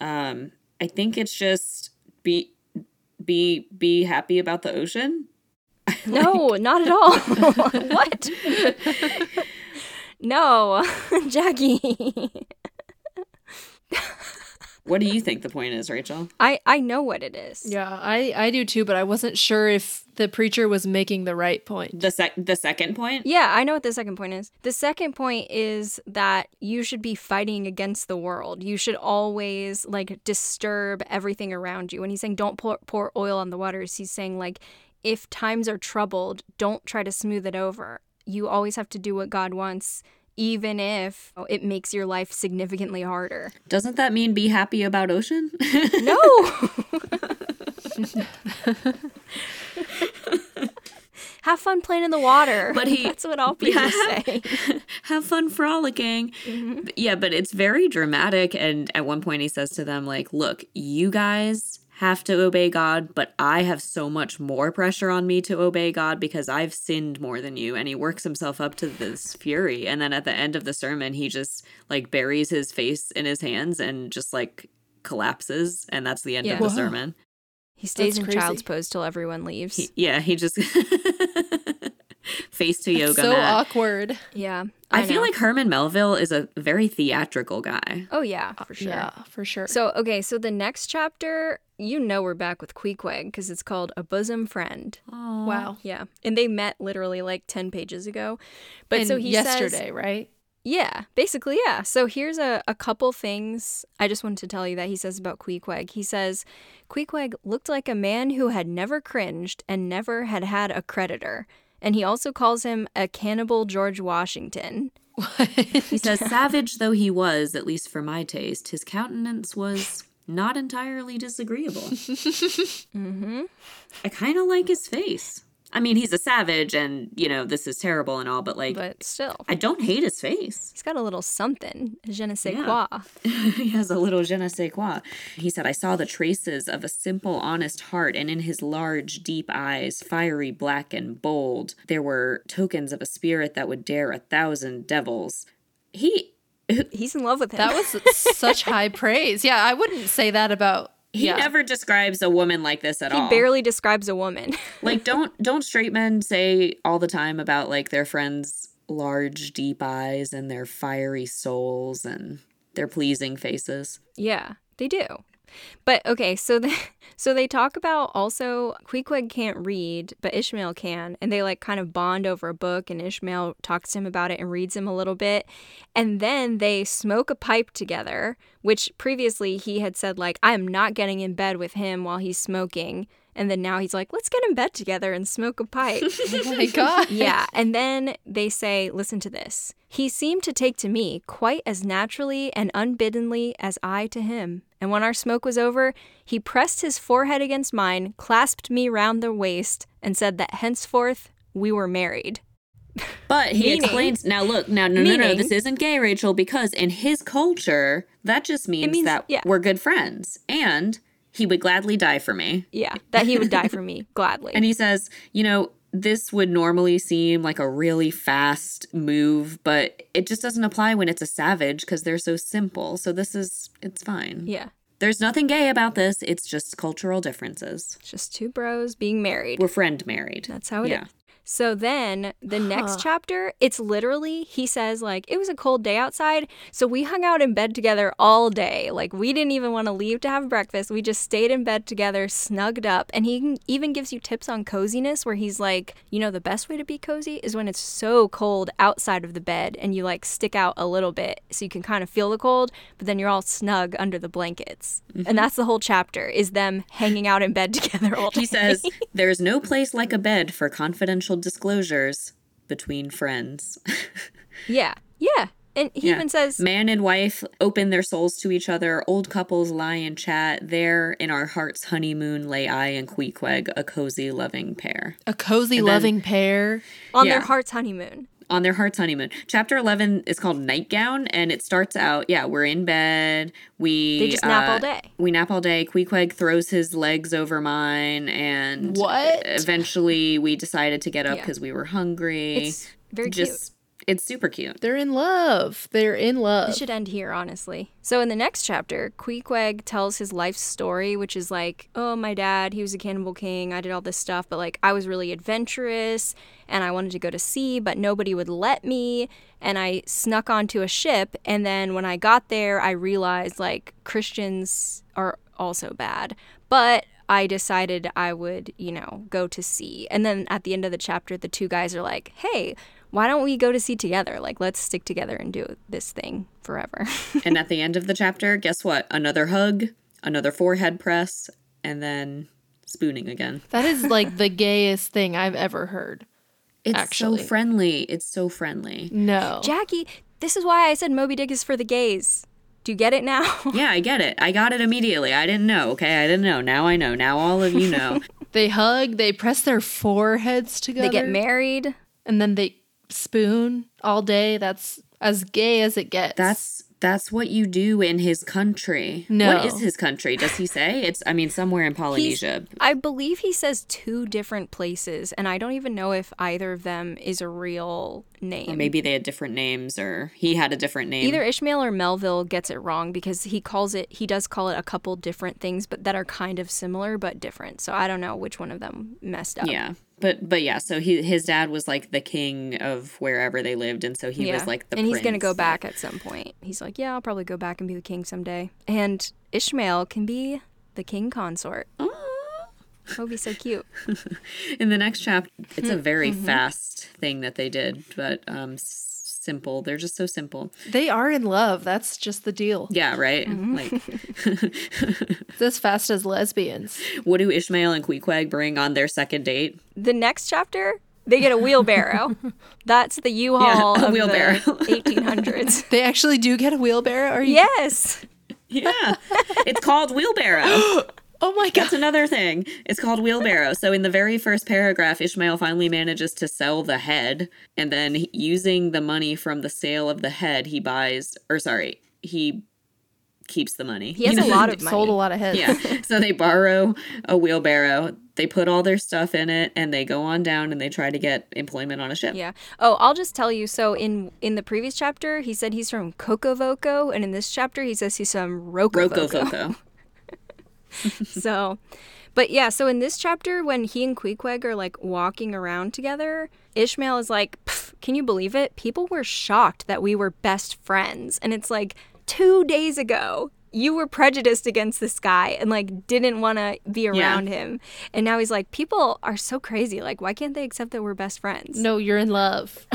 um i think it's just be be be happy about the ocean No, not at all. what? no, Jackie. what do you think the point is rachel I I know what it is. Yeah, I I do too, but I wasn't sure if the preacher was making the right point. the sec the second point Yeah, I know what the second point is. The second point is that you should be fighting against the world. You should always like disturb everything around you. When he's saying don't pour, pour oil on the waters, he's saying like if times are troubled, don't try to smooth it over. You always have to do what God wants, even if it makes your life significantly harder. doesn't that mean be happy about ocean No. Have fun playing in the water. But he- That's what all people Yeah. say. Mm-hmm. have fun frolicking. But Yeah, but it's very dramatic. And at one point, he says to them, like, look, you guys have to obey God, but I have so much more pressure on me to obey God because I've sinned more than you. And he works himself up to this fury. And then at the end of the sermon, he just like buries his face in his hands and just like collapses. And that's the end Yeah. of the Wow. sermon. He stays That's in crazy. child's pose till everyone leaves. He- yeah, he just face to yoga. so mat. awkward. yeah. I, feel know. like Herman Melville is a very theatrical guy. Oh yeah, for sure. Uh, Yeah, for sure. So okay, so the next chapter, you know we're back with Queequeg because it's called A Bosom Friend. wow. Yeah. And they met literally like 10 pages ago. But And so he yesterday, says right? Yeah, basically yeah. So here's a, a couple things I just wanted to tell you that he says about Queequeg. He says Queequeg looked like a man who had never cringed and never had had a creditor. And he also calls him a cannibal George Washington. He says, savage though he was, at least for my taste, his countenance was not entirely disagreeable. mm-hmm. I kind of like his face. I mean, he's a savage and, you know, this is terrible and all, but like, But still, I don't hate his face. he's got a little something, je ne sais Yeah. quoi. he has a little je ne sais quoi. He said, I saw the traces of a simple, honest heart, and in his large, deep eyes, fiery, black, and bold, there were tokens of a spirit that would dare a thousand devils. He. He's in love with him. That was such high praise. Yeah, I wouldn't say that about. He yeah. never describes a woman like this at he all. barely describes a woman. like don't don't straight men say all the time about like their friends' large deep eyes and their fiery souls and their pleasing faces. Yeah, they do. But okay, so they, so they talk about also Queequeg can't read, but Ishmael can, and they like kind of bond over a book, and Ishmael talks to him about it and reads him a little bit, and then they smoke a pipe together, which previously he had said like I am not getting in bed with him while he's smoking, and then now he's like let's get in bed together and smoke a pipe. Oh my God. Yeah. And then they say, listen to this. He seemed to take to me quite as naturally and unbiddenly as I to him. And when our smoke was over, he pressed his forehead against mine, clasped me round the waist, and said that henceforth we were married. But he Meaning- explains now look, now no no no, Meaning- this isn't gay, Rachel, because in his culture, that just means, means- that yeah. we're good friends. And he would gladly die for me. Yeah. That he would die for me gladly. And he says, you know, this would normally seem like a really fast move, but it just doesn't apply when it's a savage because they're so simple. So this is, it's fine. yeah. There's nothing gay about this. It's just cultural differences. It's just two bros being married. We're friend married. That's how it is. yeah. So then the next chapter, it's literally, he says, like, it was a cold day outside. So we hung out in bed together all day. Like, we didn't even want to leave to have breakfast. We just stayed in bed together, snugged up. And he can- even gives you tips on coziness where he's like, you know, the best way to be cozy is when it's so cold outside of the bed and you like stick out a little bit so you can kind of feel the cold, but then you're all snug under the blankets. Mm-hmm. And that's the whole chapter is them hanging out in bed together all day. He says, there is no place like a bed for confidential disclosures between friends. Yeah. Yeah. And he Yeah. even says, Man and wife open their souls to each other. Old couples lie and chat. There, in our heart's honeymoon, lay I and Queequeg, a cozy, loving pair. A cozy, loving pair. on Yeah. their heart's honeymoon. on their heart's honeymoon. Chapter 11 is called Nightgown, and it starts out, yeah, we're in bed. We uh, They just nap all day. We nap all day. Queequeg throws his legs over mine, and What? eventually we decided to get up Yeah. because we were hungry. It's very just, It's super cute. They're in love. They're in love. cute. It should end here, honestly. So in the next chapter, Queequeg tells his life story, which is like, oh, my dad, he was a cannibal king. I did all this stuff, but like I was really adventurous and I wanted to go to sea, but nobody would let me. And I snuck onto a ship. And then when I got there, I realized like Christians are also bad. But I decided I would, you know, go to sea. And then at the end of the chapter, the two guys are like, hey, why don't we go to sea together? Like, let's stick together and do this thing forever. and at the end of the chapter, guess what? Another hug, another forehead press, and then spooning again. That is like the gayest thing I've ever heard. It's Actually. so friendly. It's so friendly. No. Jackie, this is why I said Moby Dick is for the gays. Do you get it now? Yeah, I get it. I got it immediately. I didn't know. Okay, I didn't know. Now I know. Now all of you know. They hug, they press their foreheads together. they get married. And then they spoon all day. That's as gay as it gets. That's that's what you do in his country. No. What is his country? Does he say? It's I mean somewhere in He's- Polynesia. I believe he says two different places, and I don't even know if either of them is a real name. Or maybe they had different names or he had a different name. Either Ishmael or Melville gets it wrong because he calls it he does call it a couple different things but that are kind of similar but different. So I don't know which one of them messed up. Yeah. But but yeah, so he his dad was like the king of wherever they lived and so he Yeah. was like the and he's gonna prince go that- back at some point. He's like, yeah, I'll probably go back and be the king someday. And Ishmael can be the king consort. Aw. That would be so cute. in the next chapter it's a Hmm. very Mm-hmm. fast thing that they did but um s- simple they're just so simple they are in love. That's just the deal. yeah right Mm-hmm. like It's as fast as lesbians. what do ishmael and queequeg bring on their second date The next chapter, they get a wheelbarrow. That's the U-Haul Yeah, a of wheelbarrow. the 1800s. They actually do get a wheelbarrow. Are you? yes. yeah it's called wheelbarrow Oh my god. that's another thing it's called wheelbarrow so in the very first paragraph ishmael finally manages to sell the head and then he- using the money from the sale of the head he buys or sorry he keeps the money He has a lot of money. Sold a lot of heads. yeah. So they borrow a wheelbarrow, they put all their stuff in it, and they go on down and they try to get employment on a ship. Yeah. Oh, I'll just tell you. So in in the previous chapter, he said he's from Kokovoko, and in this chapter, he says he's from Rokovoko. Rocococo. So, but yeah. So in this chapter, when he and Queequeg are like walking around together, Ishmael is like, "Pff, "Can you believe it? People were shocked that we were best friends," and it's like two days ago. You were prejudiced against this guy and like didn't want to be around him. And now he's like, people are so crazy. Like, why can't they accept that we're best friends? No, you're in love.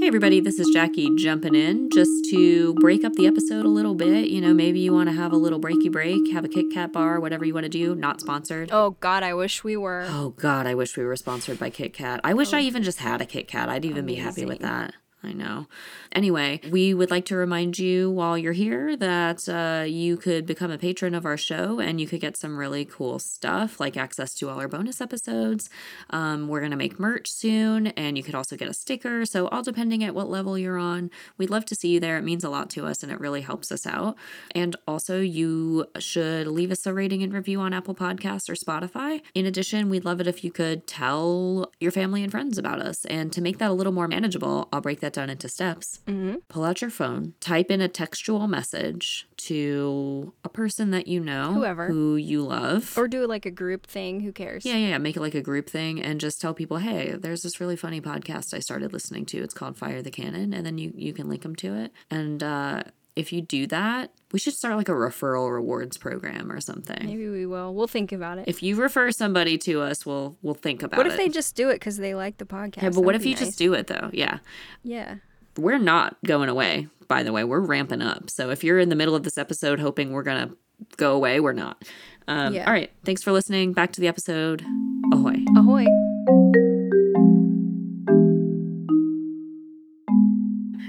Hey, everybody, this is Jackie jumping in just to break up the episode a little bit. You know, maybe you want to have a little breaky break, have a Kit Kat bar, whatever you want to do, not sponsored. Oh, God, I wish we were. Oh, God, I wish we were sponsored by Kit Kat. I wish I even just had a Kit Kat. I'd even be happy with that. I know. Anyway, we would like to remind you while you're here that uh, you could become a patron of our show and you could get some really cool stuff like access to all our bonus episodes. Um, we're going to make merch soon and you could also get a sticker. So, all depending at what level you're on, we'd love to see you there. It means a lot to us and it really helps us out. And also, you should leave us a rating and review on Apple Podcasts or Spotify. In addition, we'd love it if you could tell your family and friends about us. And to make that a little more manageable, I'll break that down into steps. Pull out your phone, type in a textual message to a person that you know, Whoever. who you love. Or do like a group thing. Who cares? Yeah, yeah, yeah. Make it like a group thing and just tell people, hey, there's this really funny podcast I started listening to. It's called Fire the Cannon. And then you, you can link them to it. And uh, if you do that, we should start like a referral rewards program or something. Maybe we will. We'll think about it. If you refer somebody to us, we'll we'll think about what it. if they just do it because they like the podcast? yeah, but what if you just do it though? Yeah. Yeah. We're not going away, by the way. We're ramping up. So if you're in the middle of this episode hoping we're going to go away, we're not. Um, Yeah. All right. Thanks for listening. Back to the episode. Ahoy. Ahoy.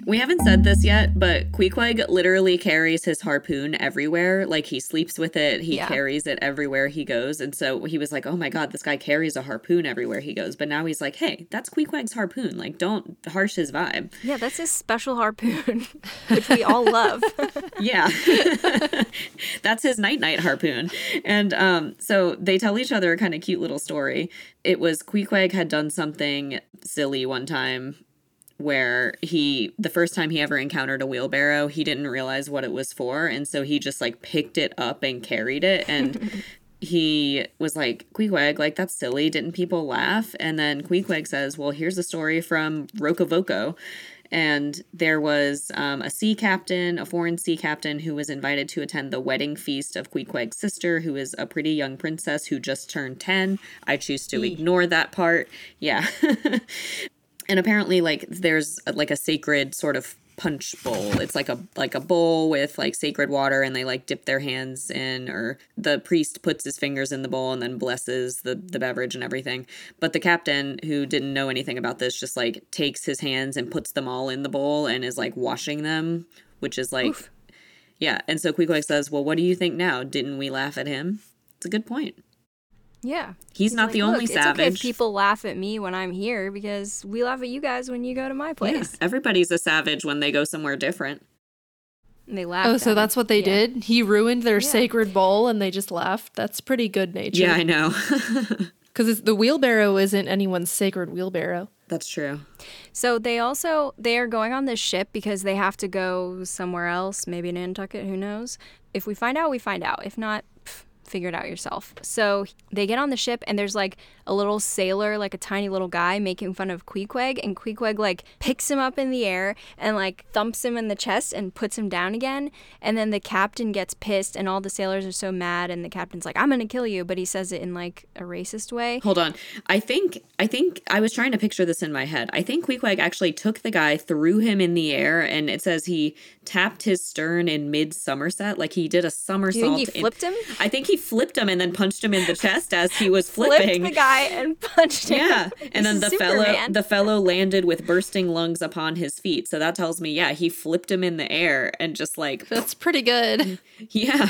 We haven't said this yet, but Queequeg literally carries his harpoon everywhere. Like he sleeps with it, he Yeah. carries it everywhere he goes. And so he was like, "Oh my god, this guy carries a harpoon everywhere he goes." But now he's like, "Hey, that's Queequeg's harpoon. Like, don't harsh his vibe." Yeah, that's his special harpoon, which we all love. Yeah. That's his night night harpoon. And um, so they tell each other a kind of cute little story. It was Queequeg had done something silly one time where he the first time he ever encountered a wheelbarrow, he didn't realize what it was for, and so he just like picked it up and carried it and he was like, Queequeg, like, that's silly. Didn't people laugh? And then Queequeg says, Well, here's a story from Rocovoco. And there was um, a sea captain, a foreign sea captain, who was invited to attend the wedding feast of Queequeg's sister, who is a pretty young princess who just turned 10. I choose to ignore that part. Yeah. and apparently like there's uh, like a sacred sort of punch bowl it's like a like a bowl with like sacred water and they like dip their hands in or the priest puts his fingers in the bowl and then blesses the the beverage and everything but the captain who didn't know anything about this just like takes his hands and puts them all in the bowl and is like washing them which is like yeah and so Queequeg says well what do you think now didn't we laugh at him it's a good point Yeah. He's, not Like, the "Look, only it's savage. Okay if people laugh at me when I'm here because we laugh at you guys when you go to my yeah, place. everybody's a savage when they go somewhere different. And they laugh. Oh, at so him. that's what they Yeah. did? He ruined their Yeah. sacred bowl and they just laughed? That's pretty good nature. Yeah, I know. Because the wheelbarrow isn't anyone's sacred wheelbarrow. That's true. So they also they are going on this ship because they have to go somewhere else, maybe Nantucket, who knows. If we find out, we find out. If not, pff, figure it out yourself. So they get on the ship and there's like a little sailor, like a tiny little guy making fun of Queequeg and Queequeg like picks him up in the air and like thumps him in the chest and puts him down again. And then the captain gets pissed and all the sailors are so mad and the captain's like, "I'm going to kill you," but he says it in like a racist way. Hold on. I think I think I was trying to picture this in my head. I think Queequeg actually took the guy, threw him in the air, and it says he tapped his stern in mid Somerset, like he did a somersault. think he in- flipped him? I think he flipped him and then punched him in the chest as he was Flipped flipping. the guy and punched him. yeah, and This then the is fellow Superman. the fellow landed with bursting lungs upon his feet. So that tells me, yeah, he flipped him in the air and just like That's pretty Mm-hmm. good. yeah,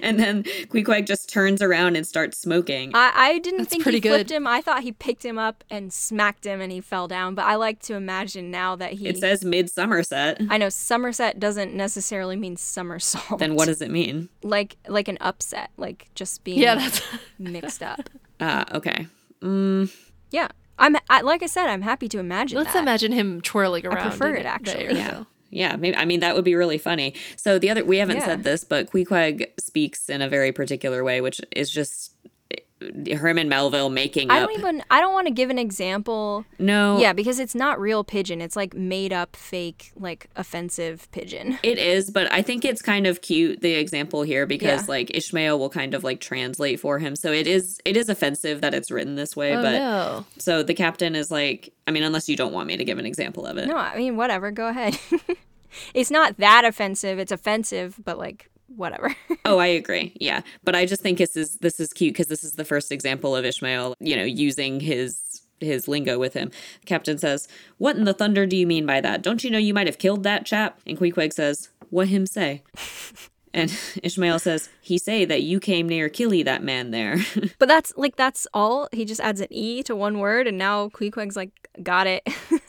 and then Queequeg just turns around and starts smoking. I, I didn't That's think pretty he flipped good. him. I thought he picked him up and smacked him and he fell down. But I like to imagine now that he. It says mid Somerset. I know Somerset doesn't necessarily mean somersault. Then what does it mean? Like like an upset, like just being Yeah, that's. mixed up. Ah, okay. Yeah, I'm I, like I said, I'm happy to imagine Let's that. imagine him twirling around. prefer in it, the actually. air, Yeah. though. Yeah, maybe, I mean that would be really funny. So the other we haven't Yeah. said this, but Queequeg speaks in a very particular way, which is just eh, Herman Melville making I up. don't even. I don't want to give an example. no, Yeah, because it's not real pigeon. It's like made up, fake, like offensive pigeon. It is, but I think it's kind of cute the example here because Yeah. like Ishmael will kind of like translate for him. So it is it is offensive that it's written this way, Oh, but no. so the captain is like, I mean, unless you don't want me to give an example of it. No, I mean whatever. Go ahead. it's not that offensive. It's offensive, but like whatever. Oh, I agree. Yeah, but I just think this is this is cute because this is the first example of Ishmael, you know, using his his lingo with him. Captain says, "What in the thunder do you mean by that? Don't you know you might have killed that chap?" And Queequeg says, "What him say?" And Ishmael says, "He say that you came near killy that man there." But that's like that's all. He just adds an e to one word, and now Queequeg's like got it.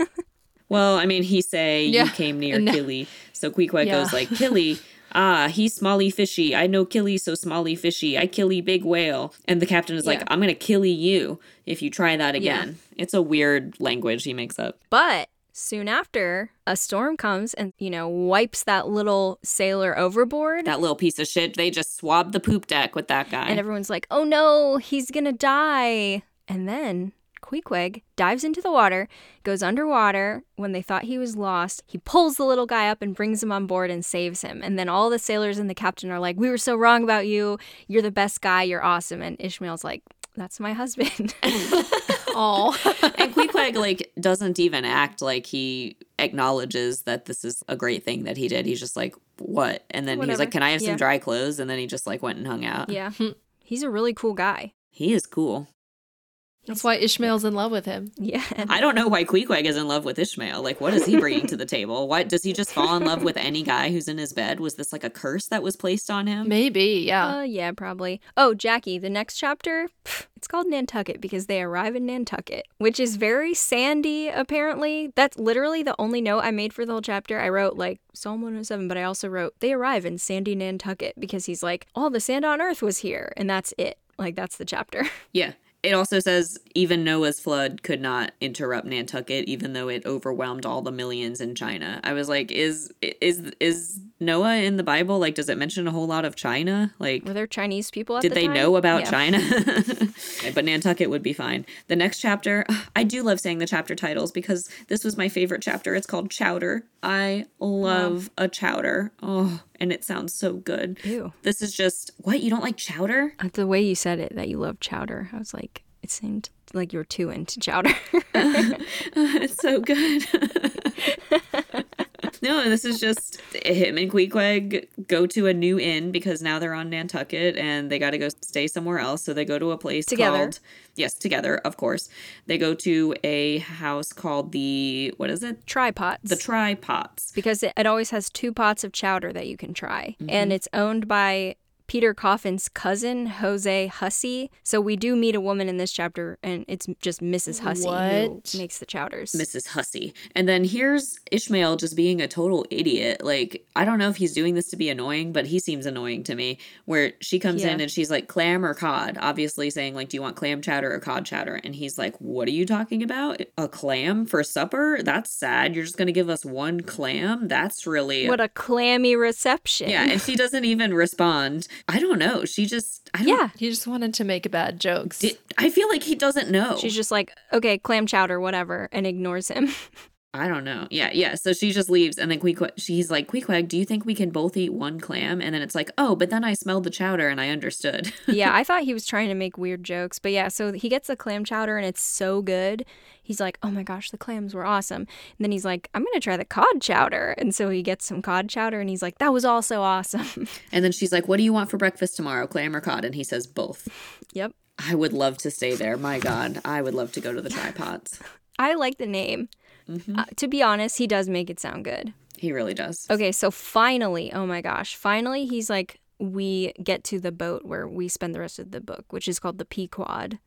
well, I mean, he say Yeah. you came near And now- killy, so Queequeg Yeah. goes like, "Killy." Ah, he smally fishy. I know killy so smally fishy. I killy big whale. And the captain is like, Yeah. I'm gonna killy you if you try that again. It's a weird language he makes up. but soon after, a storm comes and you know wipes that little sailor overboard, That little piece of shit. They just swabbed the poop deck with that guy. and everyone's like, "Oh no, he's gonna die!" And then Queequeg dives into the water, goes underwater. When they thought he was lost, he pulls the little guy up and brings him on board and saves him. And then all the sailors and the captain are like, "We were so wrong about you. You're the best guy. You're awesome." And Ishmael's like, "That's my husband." Aw. and Queequeg like doesn't even act like he acknowledges that this is a great thing that he did. He's just like, what? And then he's Whatever. like, can I have some Yeah. dry clothes? And then he just like went and hung out. yeah, he's a really cool guy. He is cool. That's why Ishmael's in love with him. Yeah. I don't know why Queequeg is in love with Ishmael. Like, what is he bringing to the table? Why does he just fall in love with any guy who's in his bed? Was this like a curse that was placed on him? Maybe, yeah. Um, Uh, yeah, probably. Oh, Jackie, the next chapter, pff, it's called Nantucket because they arrive in Nantucket, which is very sandy, apparently. That's literally the only note I made for the whole chapter. I wrote, like, Psalm 107, but I also wrote, they arrive in sandy Nantucket because he's like, all the sand on earth was here, and that's it. Like, that's the chapter. Yeah. It also says even Noah's flood could not interrupt Nantucket, even though it overwhelmed all the millions in China. I was like, is is is Noah in the Bible? Like, does it mention a whole lot of China? Like, Were there Chinese people at did the they time? know about Yeah. China? but Nantucket would be fine. The next chapter, I do love saying the chapter titles because this was my favorite chapter. It's called Chowder. I love a chowder. Oh, and it sounds so good. Ew. This is just what you don't like chowder? Uh, The way you said it, that you love chowder, I was like, it seemed like you were too into chowder. it's so good. no, this is just him and Queequeg go to a new inn because now they're on Nantucket and they got to go stay somewhere else. So they go to a place Together. called yes, together, of course. They go to a house called the what is it? Tripods. The Tripots. Mm-hmm. because it, it always has two pots of chowder that you can try and it's owned by Peter Coffin's cousin, Jose Hussey. So we do meet a woman in this chapter, and it's just Mrs. Hussey What? who makes the chowders. Mrs. Hussey. And then here's Ishmael just being a total idiot. Like, I don't know if he's doing this to be annoying, but he seems annoying to me. Where she comes in Yeah. and she's like, clam or cod, obviously saying, like, do you want clam chowder or cod chowder? And he's like, what are you talking about? A clam for supper? That's sad. You're just going to give us one clam? That's really. What a clammy reception. yeah. And she doesn't even respond. I don't know. She just, I don't. Yeah. He just wanted to make bad jokes. Di- I feel like he doesn't know. She's just like, okay, clam chowder, whatever, and ignores him. I don't know. Yeah, yeah. So she just leaves, and then Queequeg, she's like, Queequeg, do you think we can both eat one clam? And then it's like, oh, but then I smelled the chowder and I understood. yeah, I thought he was trying to make weird jokes, but yeah, so he gets the clam chowder and it's so good. He's like, "Oh my gosh, the clams were awesome." And then he's like, "I'm going to try the cod chowder." And so he gets some cod chowder and he's like, "That was also awesome." and then she's like, what do you want for breakfast tomorrow, clam or cod? And he says, both. yep. I would love to stay there. My God, I would love to go to the tripods. I like the name. Mhm. Uh, to be honest, he does make it sound good. He really does. Okay, so finally, oh my gosh, finally he's like, "We get to the boat where we spend the rest of the book, which is called the Pequod."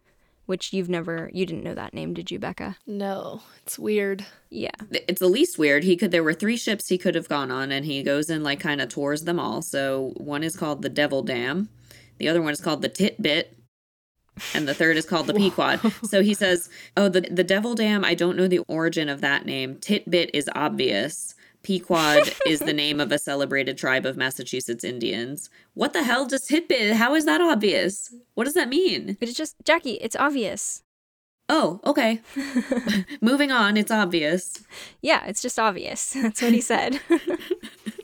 Which you've never, you didn't know that name, did you, Becca? no, it's weird. Yeah. It's the least weird. He could, there were three ships he could have gone on, and he goes and like kind of tours them all. So one is called the Devil Dam, the other one is called the Titbit, and the third is called the Pequod. So he says, "Oh, the the Devil Dam. I don't know the origin of that name. Titbit is obvious. Pequod is the name of a celebrated tribe of Massachusetts Indians. What the hell does Titbit? How is that obvious? What does that mean? But it's just, Jackie, it's obvious. Oh, okay. Moving on. It's obvious. Yeah, it's just obvious. That's what he said.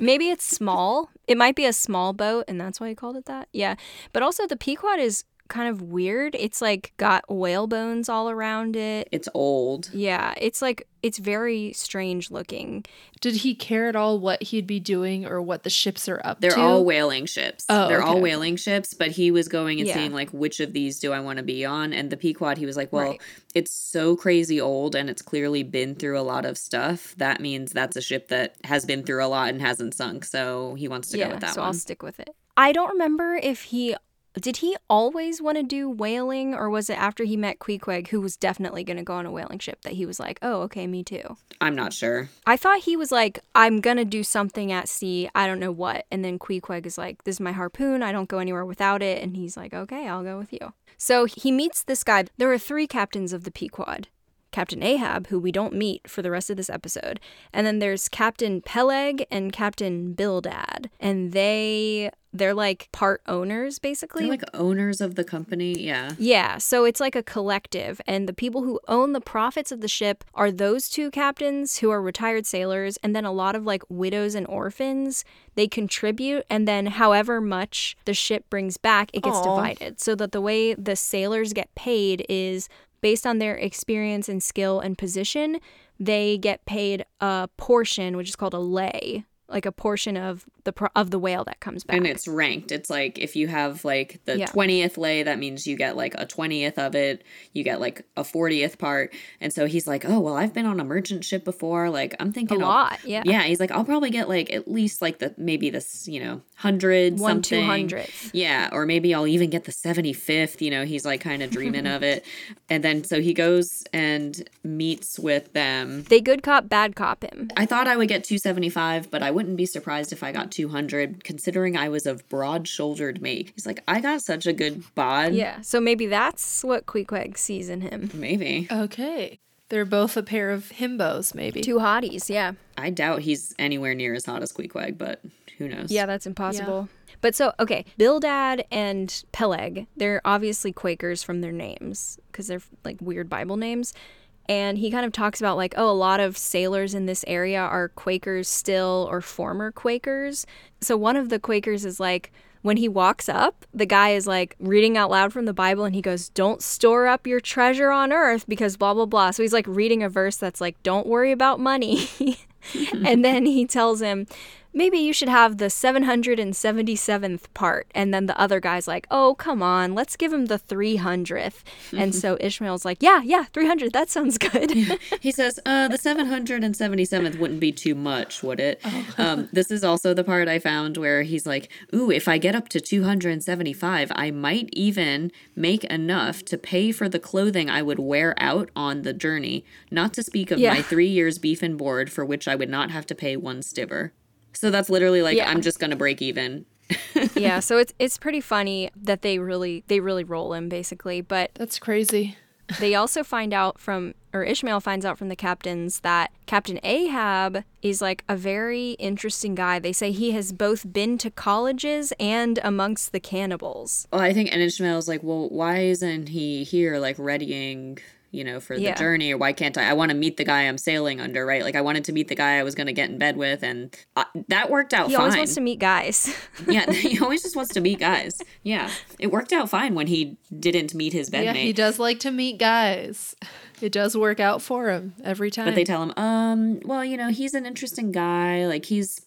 Maybe it's small. It might be a small boat, and that's why he called it that. Yeah. But also, the Pequod is kind of weird. It's like got whale bones all around it. It's old." Yeah, it's like, it's very strange looking. Did he care at all what he'd be doing or what the ships are up They're to? all whaling ships. Oh, They're all okay. whaling ships, but he was going and Yeah. seeing like which of these do I want to be on and the Pequod he was like, "Well, Right. it's so crazy old and it's clearly been through a lot of stuff. That means that's a ship that has been through a lot and hasn't sunk." So he wants to yeah, go with that so one. I'll stick with it. I don't remember if he. Did he always want to do whaling, or was it after he met Queequeg, who was definitely going to go on a whaling ship, that he was like, oh, okay, me too? I'm not sure. I thought he was like, I'm gonna do something at sea. I don't know what. And then Queequeg is like, This is my harpoon. I don't go anywhere without it. And he's like, Okay, I'll go with you. So he meets this guy. There are three captains of the Pequod. Captain Ahab, who we don't meet for the rest of this episode. And then there's Captain Peleg and Captain Bildad. And they they're like part owners basically. They're like owners of the company. Yeah. Yeah, so it's like a collective, and the people who own the profits of the ship are those two captains who are retired sailors, and then a lot of like widows and orphans. They contribute, and then however much the ship brings back, it gets Aw. divided. So that the way the sailors get paid is based on their experience and skill and position, they get paid a portion, which is called a lay, like a portion of the pro- of the whale that comes back. And it's ranked. It's like if you have like the Yeah. 20th lay, that means you get like a 20th of it. You get like a 40th part. And so he's like, oh, well, I've been on a merchant ship before. Like, I'm a thinking I'll- lot, yeah. Yeah, he's like, I'll probably get like at least like the maybe this, you know, hundred One something. two hundredth. Yeah, or maybe I'll even get the 75th. You know, he's like kind of dreaming of it. And then so he goes and meets with them. They good cop, bad cop him. I thought I would get 275, but I wouldn't be surprised if I got 200, considering I was of broad shouldered make. He's like, I got such a good bod. Yeah, so maybe that's what Queequeg sees in him. Maybe. Okay. They're both a pair of himbos, maybe. Two hotties, yeah. I doubt he's anywhere near as hot as Queequeg, but who knows? Yeah, that's impossible. But so, okay, Bildad and Peleg, they're obviously Quakers from their names because they're like weird Bible names. And he kind of talks about like, oh, a lot of sailors in this area are Quakers still or former Quakers. So one of the Quakers is like, when he walks up, the guy is like reading out loud from the Bible and he goes, Don't store up your treasure on earth because blah, blah, blah. So he's like reading a verse that's like, Don't worry about money. and then he tells him, maybe you should have the 777th part. And then the other guy's like, oh, come on, let's give him the 300th. And so Ishmael's like, yeah, yeah, 300, that sounds good. He says, uh, the 777th wouldn't be too much, would it? Oh. Um, this is also the part I found where he's like, ooh, if I get up to 275, I might even make enough to pay for the clothing I would wear out on the journey, not to speak of Yeah. my three years beef and board for which I would not have to pay one stiver. So that's literally like, Yeah. I'm just going to break even. yeah, so it's it's pretty funny that they really they really roll him basically, but That's crazy. they also find out from or Ishmael finds out from the captains that Captain Ahab is like a very interesting guy. They say he has both been to colleges and amongst the cannibals. Well, I think and Ishmael's like, well, why isn't he here, like readying, you know, for the Yeah. journey? Or why can't I? I want to meet the guy I'm sailing under, right? Like, I wanted to meet the guy I was going to get in bed with, and uh, that worked out He fine. always wants to meet guys. yeah, he always just wants to meet guys. Yeah, it worked out fine when he didn't meet his bedmate. yeah, he does like to meet guys. It does work out for him every time. But they tell him, um, well, you know, he's an interesting guy. Like he's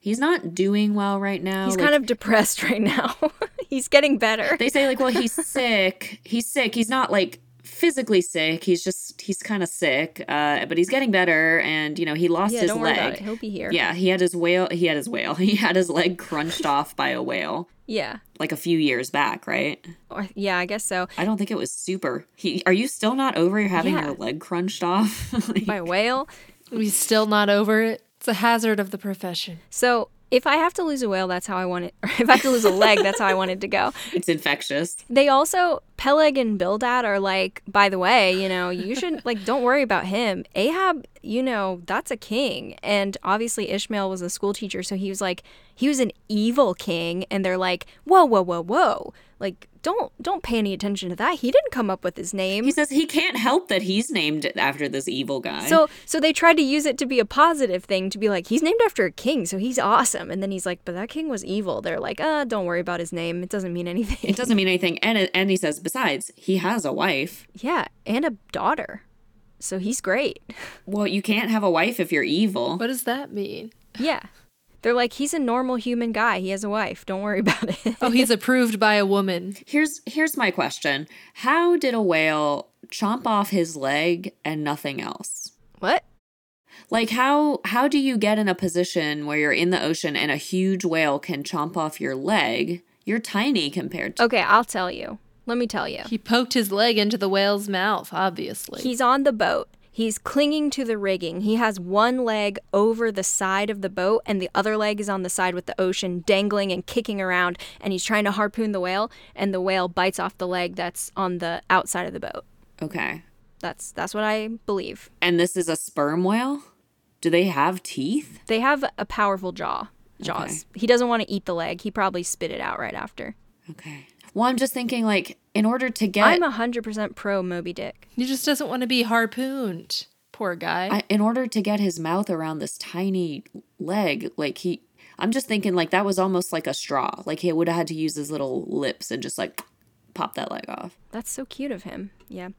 he's not doing well right now. He's Oh, like, kind of depressed right now. He's getting better. they say like well he's sick he's sick he's not like physically sick he's just he's kind of sick uh, but he's getting better and you know he lost yeah, his don't worry leg about it. He'll be here. yeah he had his whale he had his whale he had his leg crunched off by a whale Yeah. like a few years back right Or, yeah, I guess so. i don't think it was super he are you still not over having Yeah. your leg crunched off Like, By whale. He's still not over it. It's a hazard of the profession. So if I have to lose a whale, that's how I want it. Or if I have to lose a leg, that's how I want it to go. it's infectious They also Peleg and Bildad are like, by the way, you know, you should like don't worry about him. Ahab, you know, that's a king. And obviously Ishmael was a school teacher, so he was like he was an evil king and they're like, "Whoa, whoa, whoa, whoa." Like don't don't pay any attention to that. He didn't come up with his name. he says he can't help that he's named after this evil guy So so they tried to use it to be a positive thing to be like he's named after a king, so he's awesome. And then he's like, but that king was evil. They're like, uh, don't worry about his name. It doesn't mean anything. it doesn't mean anything and and he says besides he has a wife yeah, and a daughter. So he's great. Well, you can't have a wife if you're evil. What does that mean? Yeah. They're like, he's a normal human guy. He has a wife. Don't worry about it. Oh, he's approved by a woman. here's here's my question. How did a whale chomp off his leg and nothing else? what? Like how how do you get in a position where you're in the ocean and a huge whale can chomp off your leg? You're tiny compared to Okay, I'll tell you. Let me tell you. He poked his leg into the whale's mouth, obviously. He's on the boat. He's clinging to the rigging. He has one leg over the side of the boat, and the other leg is on the side with the ocean, dangling and kicking around. And he's trying to harpoon the whale, and the whale bites off the leg that's on the outside of the boat. Okay. That's that's what I believe. And this is a sperm whale? Do they have teeth? They have a powerful jaw. Jaws. He doesn't want to eat the leg. He probably spit it out right after. Okay. Well, I'm just thinking like in order to get I'm 100% pro Moby Dick. he just doesn't want to be harpooned. Poor guy. I, in order to get his mouth around this tiny leg, like he, I'm just thinking like that was almost like a straw. Like he would have had to use his little lips and just like pop that leg off. That's so cute of him. Yeah.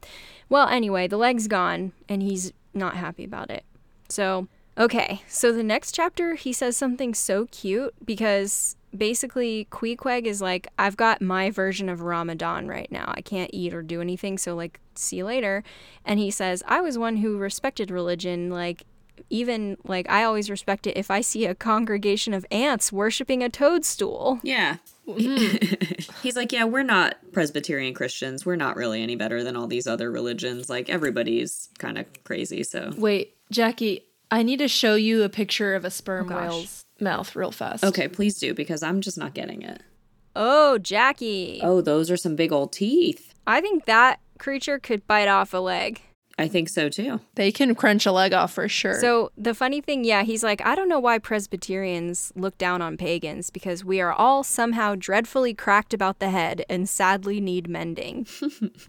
Well, anyway, the leg's gone and he's not happy about it. So, okay. So the next chapter, he says something so cute because basically Queequeg is like, I've got my version of Ramadan right now. I can't eat or do anything. So, like, see you later. And he says, I was one who respected religion. Like, even like I always respect it if I see a congregation of ants worshiping a toadstool. Yeah. He's like, yeah, we're not Presbyterian Christians. We're not really any better than all these other religions. Like everybody's kind of crazy. So Wait, Jackie, I need to show you a picture of a sperm gosh. whale's mouth real fast. okay, please do because I'm just not getting it. Oh, Jackie. Oh, those are some big old teeth. I think that creature could bite off a leg. I think so too. They can crunch a leg off for sure. So the funny thing, yeah, he's like, I don't know why Presbyterians look down on pagans because we are all somehow dreadfully cracked about the head and sadly need mending.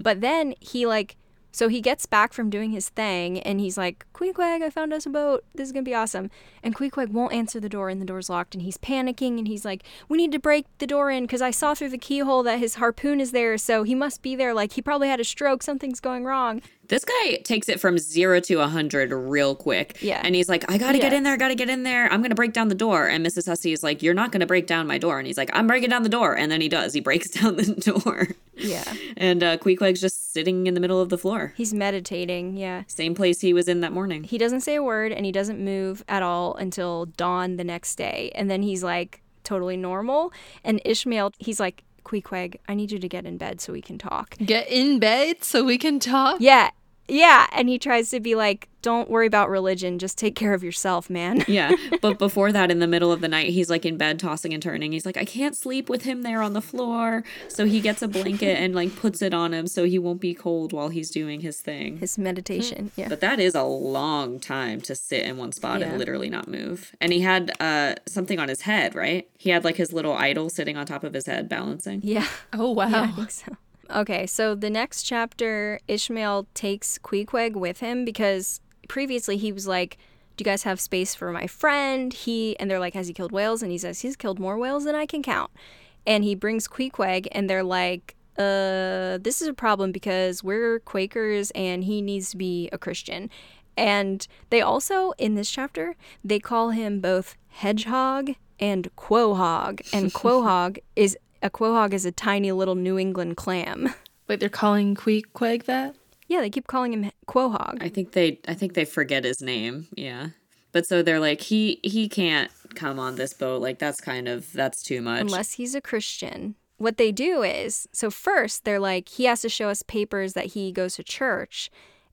but then he like, so he gets back from doing his thing and he's like, Queequeg, I found us a boat. This is gonna be awesome. And Queequeg won't answer the door and the door's locked and he's panicking and he's like, we need to break the door in because I saw through the keyhole that his harpoon is there, so he must be there. Like he probably had a stroke. Something's going wrong. This guy takes it from zero to a 100 real quick. Yeah. And he's like, I got to get Yeah. in there. Got to get in there. I'm going to break down the door. And Mrs. Hussey is like, You're not going to break down my door. And he's like, I'm breaking down the door. And then he does. He breaks down the door. Yeah. And uh, Queequeg's just sitting in the middle of the floor. He's meditating. Yeah. Same place he was in that morning. He doesn't say a word and he doesn't move at all until dawn the next day. And then he's like totally normal. And Ishmael, he's like, Queequeg, I need you to get in bed so we can talk. Get in bed so we can talk. Yeah. Yeah. And he tries to be like, don't worry about religion. Just take care of yourself, man. yeah. But before that, in the middle of the night, he's like in bed tossing and turning. He's like, I can't sleep with him there on the floor. So he gets a blanket and like puts it on him so he won't be cold while he's doing his thing. His meditation. Yeah. But that is a long time to sit in one spot Yeah. and literally not move. And he had uh, something on his head, right? He had like his little idol sitting on top of his head, balancing. Yeah. Oh wow. Yeah, I think so. Okay, so the next chapter, Ishmael takes Queequeg with him because previously he was like, Do you guys have space for my friend? He and they're like, Has he killed whales? And he says, He's killed more whales than I can count. And he brings Queequeg and they're like, uh, this is a problem because we're Quakers and he needs to be a Christian. And they also, in this chapter, they call him both hedgehog and quohog. And quohog is a quahog is a tiny little New England clam. Wait, they're calling Queequeg that? Yeah, they keep calling him quahog. I think they I think they forget his name. Yeah. But so they're like he he can't come on this boat. Like that's kind of that's too much. Unless he's a Christian. What they do is so first they're like he has to show us papers that he goes to church.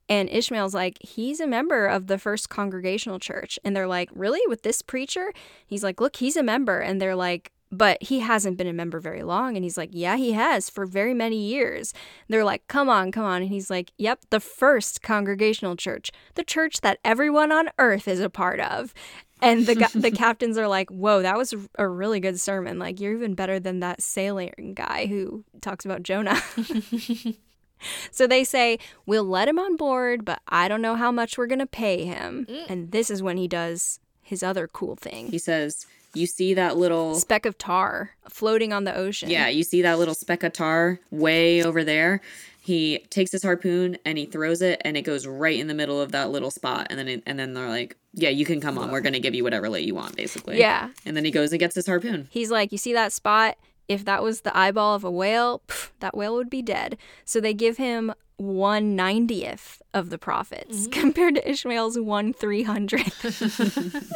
And Ishmael's like, he's a member of the first congregational church. And they're like, really? With this preacher? He's like, look, he's a member. And they're like, but he hasn't been a member very long. And he's like, yeah, he has for very many years. And they're like, come on, come on. And he's like, yep, the first congregational church, the church that everyone on earth is a part of. And the, gu- the captains are like, whoa, that was a really good sermon. Like, you're even better than that sailing guy who talks about Jonah. So they say, We'll let him on board, but I don't know how much we're going to pay him. Mm. And this is when he does his other cool thing He says, "You see that little speck of tar floating on the ocean. yeah, you see that little speck of tar way over there." He takes his harpoon and he throws it, and it goes right in the middle of that little spot. And then it, and then they're like, "Yeah, you can come on. We're gonna give you whatever lay you want, basically." Yeah. And then he goes and gets his harpoon. He's like, You see that spot? If that was the eyeball of a whale, pff, that whale would be dead. So they give him one ninetieth of the profits compared to Ishmael's one three hundredth.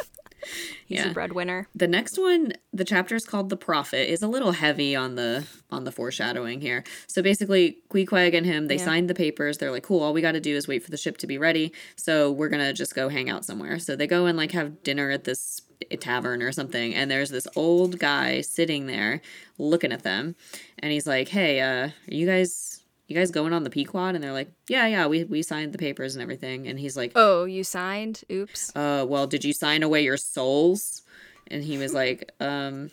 He's Yeah. a breadwinner. The next one, the chapter is called "The Prophet," is a little heavy on the on the foreshadowing here. So basically, Queequeg and him, they signed the papers. They're like, "Cool, all we got to do is wait for the ship to be ready." So we're gonna just go hang out somewhere. So they go and like have dinner at this eh, tavern or something, and there's this old guy sitting there looking at them, and he's like, "Hey, uh, are you guys?" You guys going on the Pequod? And they're like, yeah, yeah, we, we signed the papers and everything. And he's like, Oh, you signed? Oops. uh, well, did you sign away your souls? And he was like, um,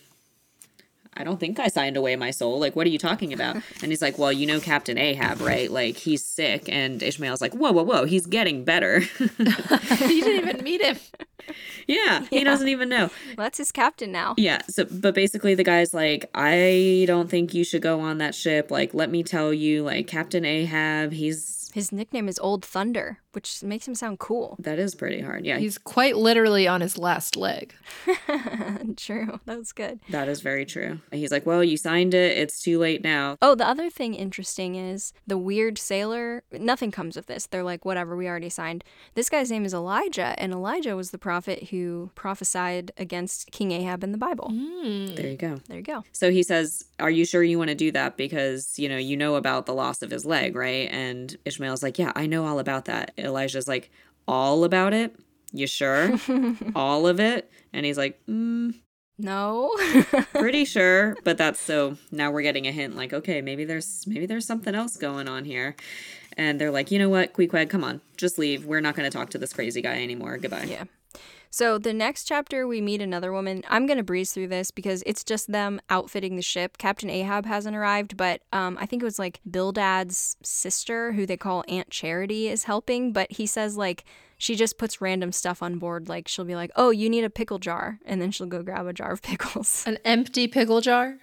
I don't think I signed away my soul. Like, what are you talking about? And he's like, well, you know Captain Ahab, right? Like, he's sick. And Ishmael's like, whoa, whoa, whoa, he's getting better. you didn't even meet him. yeah, he doesn't even know. Well, that's his captain now. Yeah. So, but basically, the guy's like, I don't think you should go on that ship. Like, let me tell you, like, Captain Ahab, he's. His nickname is Old Thunder, which makes him sound cool. That is pretty hard. Yeah, He's quite literally on his last leg. True. That was good. that is very true. And he's like, well, you signed it. It's too late now. Oh, the other thing interesting is the weird sailor. Nothing comes of this. They're like, whatever, we already signed. This guy's name is Elijah, and Elijah was the prophet who prophesied against King Ahab in the Bible. There you go. There you go. So he says, "Are you sure you want to do that because, you know, you know about the loss of his leg, right?" And Ishmael's like, "Yeah, I know all about that." Elijah's like, "All about it? You sure? all of it?" And he's like, mm, No. "Pretty sure." But that's so now we're getting a hint like, "Okay, maybe there's maybe there's something else going on here." And they're like, "You know what? Queequeg, come on. Just leave. We're not going to talk to this crazy guy anymore. Goodbye." yeah. So the next chapter, we meet another woman. I'm going to breeze through this because it's just them outfitting the ship. Captain Ahab hasn't arrived, but um, I think it was like Bildad's sister, who they call Aunt Charity, is helping. But he says, like, she just puts random stuff on board. Like, she'll be like, oh, you need a pickle jar. And then she'll go grab a jar of pickles. An empty pickle jar.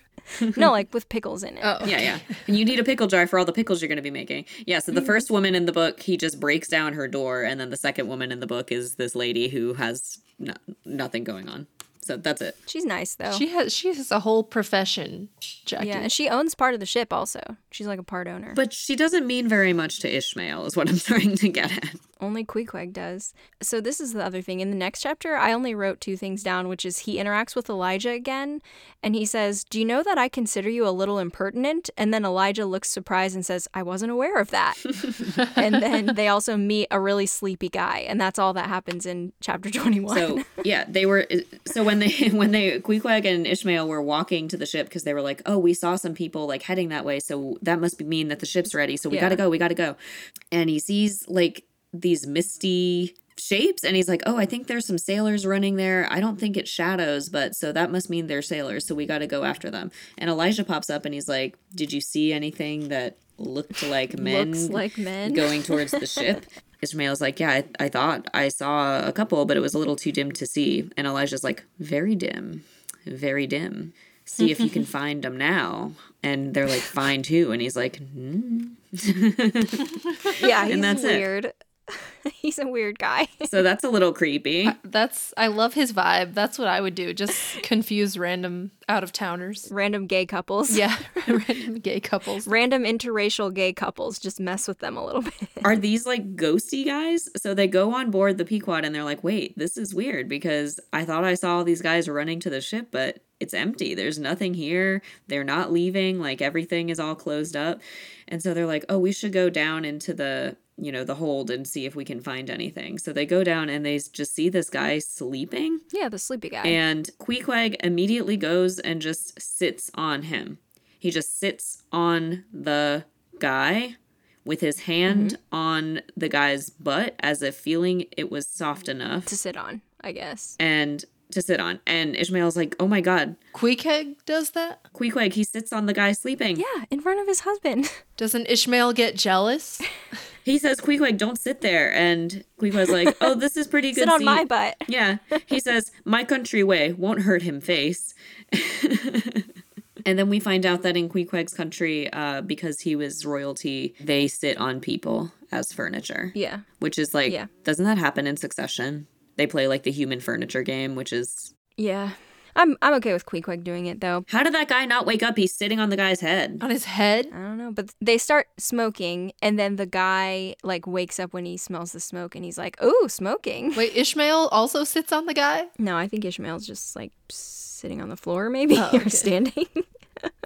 no, like with pickles in it. Oh. Yeah, yeah. And you need a pickle jar for all the pickles you're going to be making. Yeah, so the first woman in the book, he just breaks down her door, and then the second woman in the book is this lady who has no- nothing going on. So that's it. She's nice though. She has she has a whole profession, Jackie. Oh. yeah, and she owns part of the ship also. She's like a part owner. But she doesn't mean very much to Ishmael, is what I'm trying to get at. Only Queequeg does. So this is the other thing. In the next chapter, I only wrote two things down, which is he interacts with Elijah again, and he says, "Do you know that I consider you a little impertinent?" And then Elijah looks surprised and says, "I wasn't aware of that." and then they also meet a really sleepy guy, and that's all that happens in chapter twenty-one. So yeah, they were. So when they when they Queequeg and Ishmael were walking to the ship because they were like, oh, we saw some people like heading that way, so that must be mean that the ship's ready. So we Yeah. gotta go, we gotta go. And he sees like these misty shapes, and he's like, oh, I think there's some sailors running there. I don't think it's shadows, but so that must mean they're sailors. So we gotta go after them. And Elijah pops up and he's like, did you see anything that looked like men? Looks like men. going towards the ship. Ishmael's like, Yeah, I, I thought I saw a couple, but it was a little too dim to see. And Elijah's like, Very dim, very dim. See if you can find them now. And they're like, Find who? And he's like, mm. yeah, he's And that's it. weird. he's a weird guy. So that's a little creepy. That's I love his vibe. That's what I would do. Just confuse random out of towners. Random gay couples. Yeah, random gay couples. Random interracial gay couples. Just mess with them a little bit. Are these like ghosty guys? So they go on board the Pequod and they're like, Wait, this is weird because I thought I saw all these guys running to the ship, but it's empty. There's nothing here. They're not leaving. Like everything is all closed up. And so they're like, Oh, we should go down into the you know the hold and see if we can find anything so they go down and they s- just see this guy sleeping Yeah, the sleepy guy. and Queequeg immediately goes and just sits on him. He just sits on the guy with his hand Mm-hmm. on the guy's butt as if feeling it was soft enough to sit on, I guess. and to sit on. And Ishmael's like, oh my God, Queequeg does that. Queequeg, he sits on the guy sleeping. Yeah, in front of his husband. Doesn't Ishmael get jealous? He says, Queequeg, don't sit there. And Queequeg's like, oh, this is pretty good. sit on my seat." butt. Yeah. He says, My country way won't hurt him face. and then we find out that in Queequeg's country, uh, because he was royalty, they sit on people as furniture. Yeah. Which is like, Yeah. doesn't that happen in succession? They play like the human furniture game, which is Yeah. I'm I'm okay with Queequeg doing it though. how did that guy not wake up? He's sitting on the guy's head. on his head? I don't know, but they start smoking and then the guy like wakes up when he smells the smoke and he's like, "Oh, smoking." Wait, Ishmael also sits on the guy? No, I think Ishmael's just like sitting on the floor maybe Oh, or okay. standing.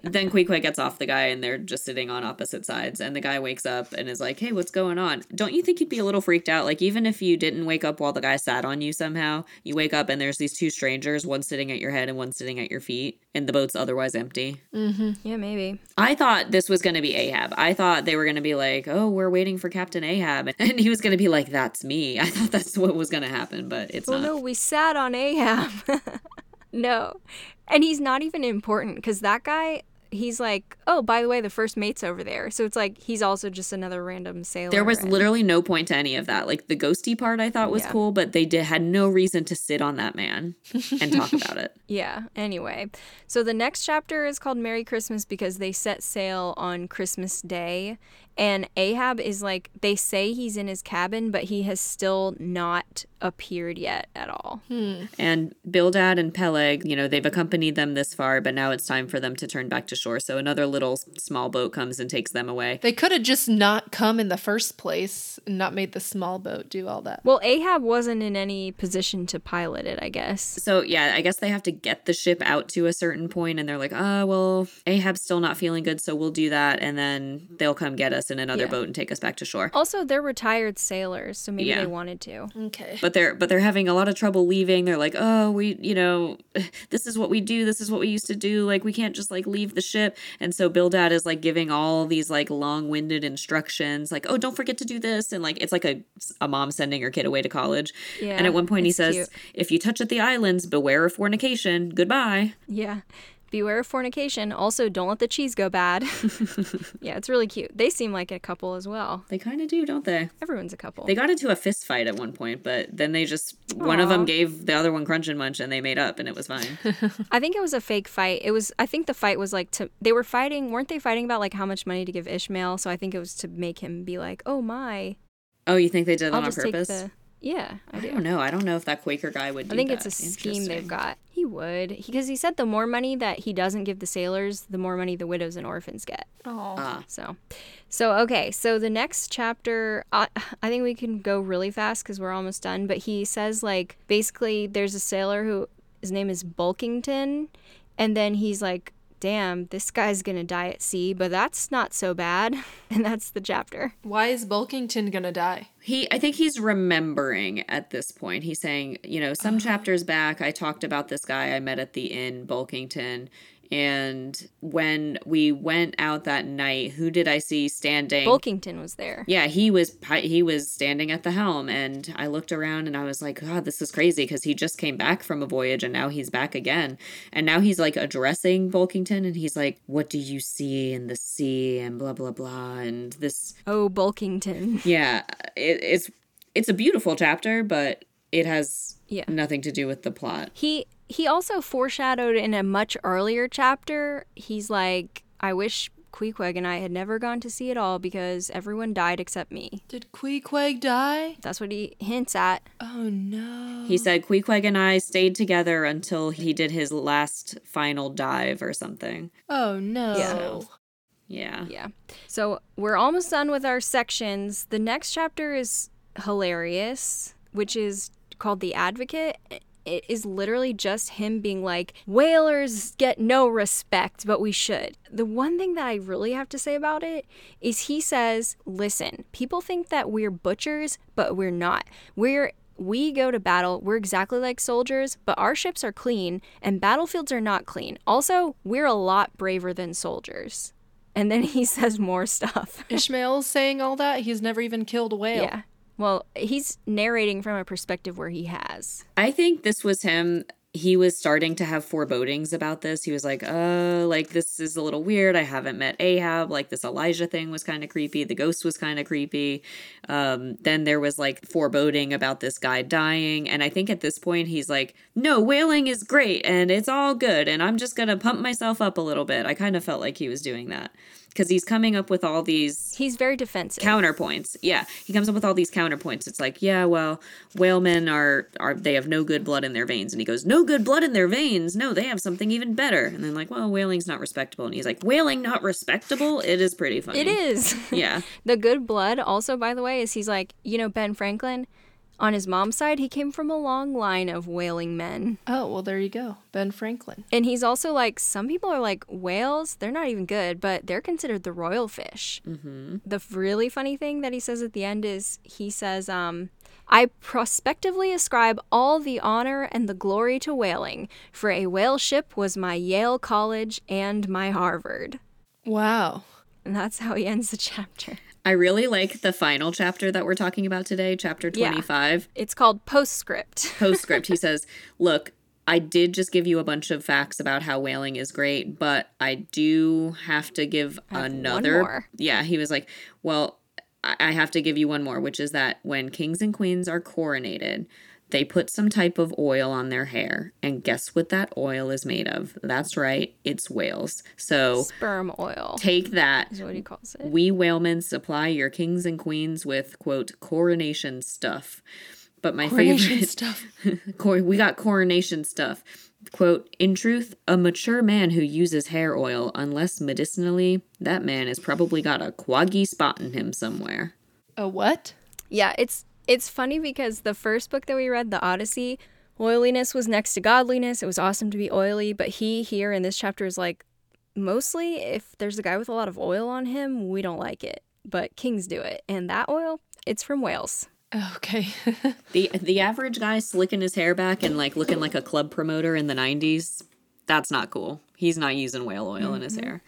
then Queequeg gets off the guy and they're just sitting on opposite sides. And the guy wakes up and is like, Hey, what's going on? Don't you think you'd be a little freaked out? Like, even if you didn't wake up while the guy sat on you somehow, you wake up and there's these two strangers, one sitting at your head and one sitting at your feet, and the boat's otherwise empty. yeah, maybe. I thought this was going to be Ahab. I thought they were going to be like, Oh, we're waiting for Captain Ahab. And he was going to be like, That's me. I thought that's what was going to happen, but it's Well, not. no, we sat on Ahab. no. And he's not even important because that guy, he's like, oh, by the way, the first mate's over there. So it's like he's also just another random sailor. There was and- literally no point to any of that. Like the ghosty part, I thought was Yeah. cool, but they did had no reason to sit on that man and talk about it. Yeah. Anyway, so the next chapter is called Merry Christmas because they set sail on Christmas Day. And Ahab is like, they say he's in his cabin, but he has still not appeared yet at all. And Bildad and Peleg, you know, they've accompanied them this far, but now it's time for them to turn back to shore. So another little s- small boat comes and takes them away. They could have just not come in the first place and not made the small boat do all that. Well, Ahab wasn't in any position to pilot it, I guess. So yeah, I guess they have to get the ship out to a certain point, and they're like, "Oh well, Ahab's still not feeling good, so we'll do that, and then they'll come get us in another Yeah. boat and take us back to shore." Also, they're retired sailors, so maybe Yeah. they wanted to. Okay. but they're but they're having a lot of trouble leaving they're like oh we you know this is what we do this is what we used to do like we can't just like leave the ship and so bildad is like giving all these like long-winded instructions like oh don't forget to do this and like it's like a, a mom sending her kid away to college Yeah, and at one point he it's says cute. if you touch at the islands beware of fornication goodbye Yeah. beware of fornication. Also, don't let the cheese go bad. yeah, it's really cute. They seem like a couple as well. They kind of do, don't they? Everyone's a couple. They got into a fist fight at one point, but then they just one of Aw. them gave the other one crunch and munch, and they made up, and it was fine. I think it was a fake fight. It was. I think the fight was like to. They were fighting, weren't they? Fighting about like how much money to give Ishmael. So I think it was to make him be like, "Oh my, oh, you think they did that on I'll just take purpose? the." Yeah, I I do. don't know. I don't know if that Quaker guy would. I do think that. it's a scheme Interesting. they've got. He would, because he said the more money that he doesn't give the sailors, the more money the widows and orphans get. Oh. Ah, So, so okay. So the next chapter, I, I think we can go really fast because we're almost done. But he says like basically, there's a sailor who his name is Bulkington, and then he's like, "Damn, this guy's gonna die at sea, but that's not so bad." And that's the chapter. Why is Bulkington gonna die? he. I think he's remembering at this point. He's saying, you know, Oh. some chapters back, I talked about this guy I met at the inn, Bulkington. And when we went out that night, who did I see standing? Bulkington was there. yeah he was pi- he was standing at the helm and i looked around and i was like god this is crazy because he just came back from a voyage and now he's back again and now he's like addressing bulkington and he's like what do you see in the sea and blah blah blah and this Oh, Bulkington. yeah it, it's it's a beautiful chapter but it has Yeah. nothing to do with the plot He he also foreshadowed in a much earlier chapter. He's like, "I wish Queequeg and I had never gone to sea at all because everyone died except me." Did Queequeg die? That's what he hints at. Oh no. he said queequeg and i stayed together until he did his last final dive or something Oh no. Yeah. yeah Yeah. So we're almost done with our sections. The next chapter is hilarious, which is called The Advocate. It is literally just him being like, whalers get no respect, but we should. The one thing that I really have to say about it is he says, listen, people think that we're butchers, but we're not. We're we go to battle, we're exactly like soldiers, but our ships are clean and battlefields are not clean. Also, we're a lot braver than soldiers. And then he says more stuff. Ishmael's saying all that. He's never even killed a whale. Yeah. Well, he's narrating from a perspective where he has. I think this was him. He was starting to have forebodings about this. He was like, "Uh, like this is a little weird. I haven't met Ahab. Like this Elijah thing was kind of creepy. The ghost was kind of creepy." Um, then there was like foreboding about this guy dying, and I think at this point he's like, "No, whaling is great and it's all good, and I'm just gonna pump myself up a little bit." I kind of felt like he was doing that because he's coming up with all these He's very defensive. counterpoints. Yeah, he comes up with all these counterpoints. It's like, yeah, well, whalemen are are they have no good blood in their veins, and he goes, no good blood in their veins. No, they have something even better. And then like, well, whaling's not respectable, and he's like, whaling not respectable. It is pretty funny. it is. Yeah, The good blood, also, by the way, is he's like, you know, Ben Franklin, on his mom's side, he came from a long line of whaling men. Oh well, there you go, Ben Franklin. And he's also like, some people are like, whales, they're not even good, but they're considered the royal fish. Mm-hmm. The f- really funny thing that he says at the end is he says, um, I prospectively ascribe all the honor and the glory to whaling, for a whale ship was my Yale College and my Harvard. Wow. And that's how he ends the chapter. I really like the final chapter that we're talking about today, chapter Yeah. twenty five. It's called Postscript. postscript he says look i did just give you a bunch of facts about how whaling is great but i do have to give have one another more. yeah he was like well i I have to give you one more which is that when kings and queens are coronated they put some type of oil on their hair and guess what that oil is made of that's right it's whales so Sperm oil take that is what he calls it. we whalemen supply your kings and queens with quote coronation stuff but my Coronation favorite stuff. Cor- we got coronation stuff. Quote, in truth, a mature man who uses hair oil, unless medicinally, that man has probably got a quaggy spot in him somewhere. A what? Yeah, it's it's funny because the first book that we read, The Odyssey, oiliness was next to godliness. It was awesome to be oily, but he here in this chapter is like mostly if there's a guy with a lot of oil on him, we don't like it. But kings do it. And that oil, it's from Wales. Oh, Okay. The the average guy slicking his hair back and like looking like a club promoter in the nineties, that's not cool. He's not using whale oil in his hair.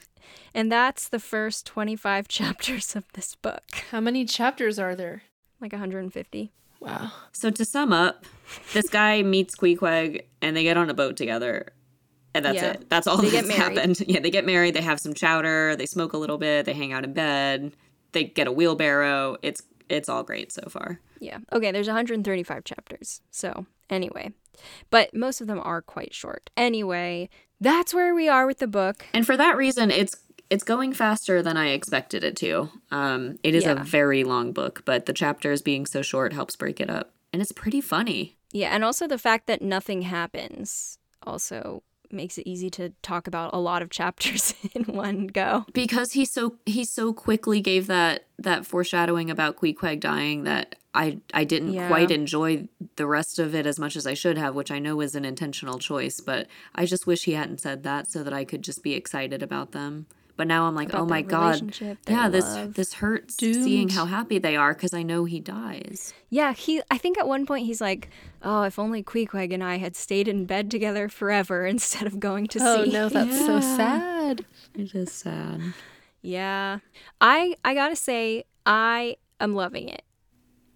And that's the first 25 chapters of this book. How many chapters are there? Like 150. Wow. So to sum up, this guy meets Queequeg and they get on a boat together. And that's Yeah. it. That's all They that's get married. happened. Yeah, they get married, they have some chowder, they smoke a little bit, they hang out in bed, they get a wheelbarrow. It's it's all great so far. Yeah. Okay, there's 135 chapters. So, anyway, but most of them are quite short. Anyway, that's where we are with the book. And for that reason, it's it's going faster than I expected it to. Um, it is Yeah. a very long book, but the chapters being so short helps break it up, and it's pretty funny. Yeah, and also the fact that nothing happens also makes it easy to talk about a lot of chapters in one go. because he so he so quickly gave that that foreshadowing about Queequeg dying that I I didn't Yeah. quite enjoy the rest of it as much as I should have, which I know was an intentional choice, but I just wish he hadn't said that so that I could just be excited about them. But now I'm like, About oh my their god, relationship, their yeah, this love. this hurts Doomed. seeing how happy they are because I know he dies. Yeah, he I think at one point he's like, "Oh, if only Queequeg and I had stayed in bed together forever instead of going to Oh sea." no, that's so Yeah. sad. It is sad. Yeah. I I got to say I am loving it.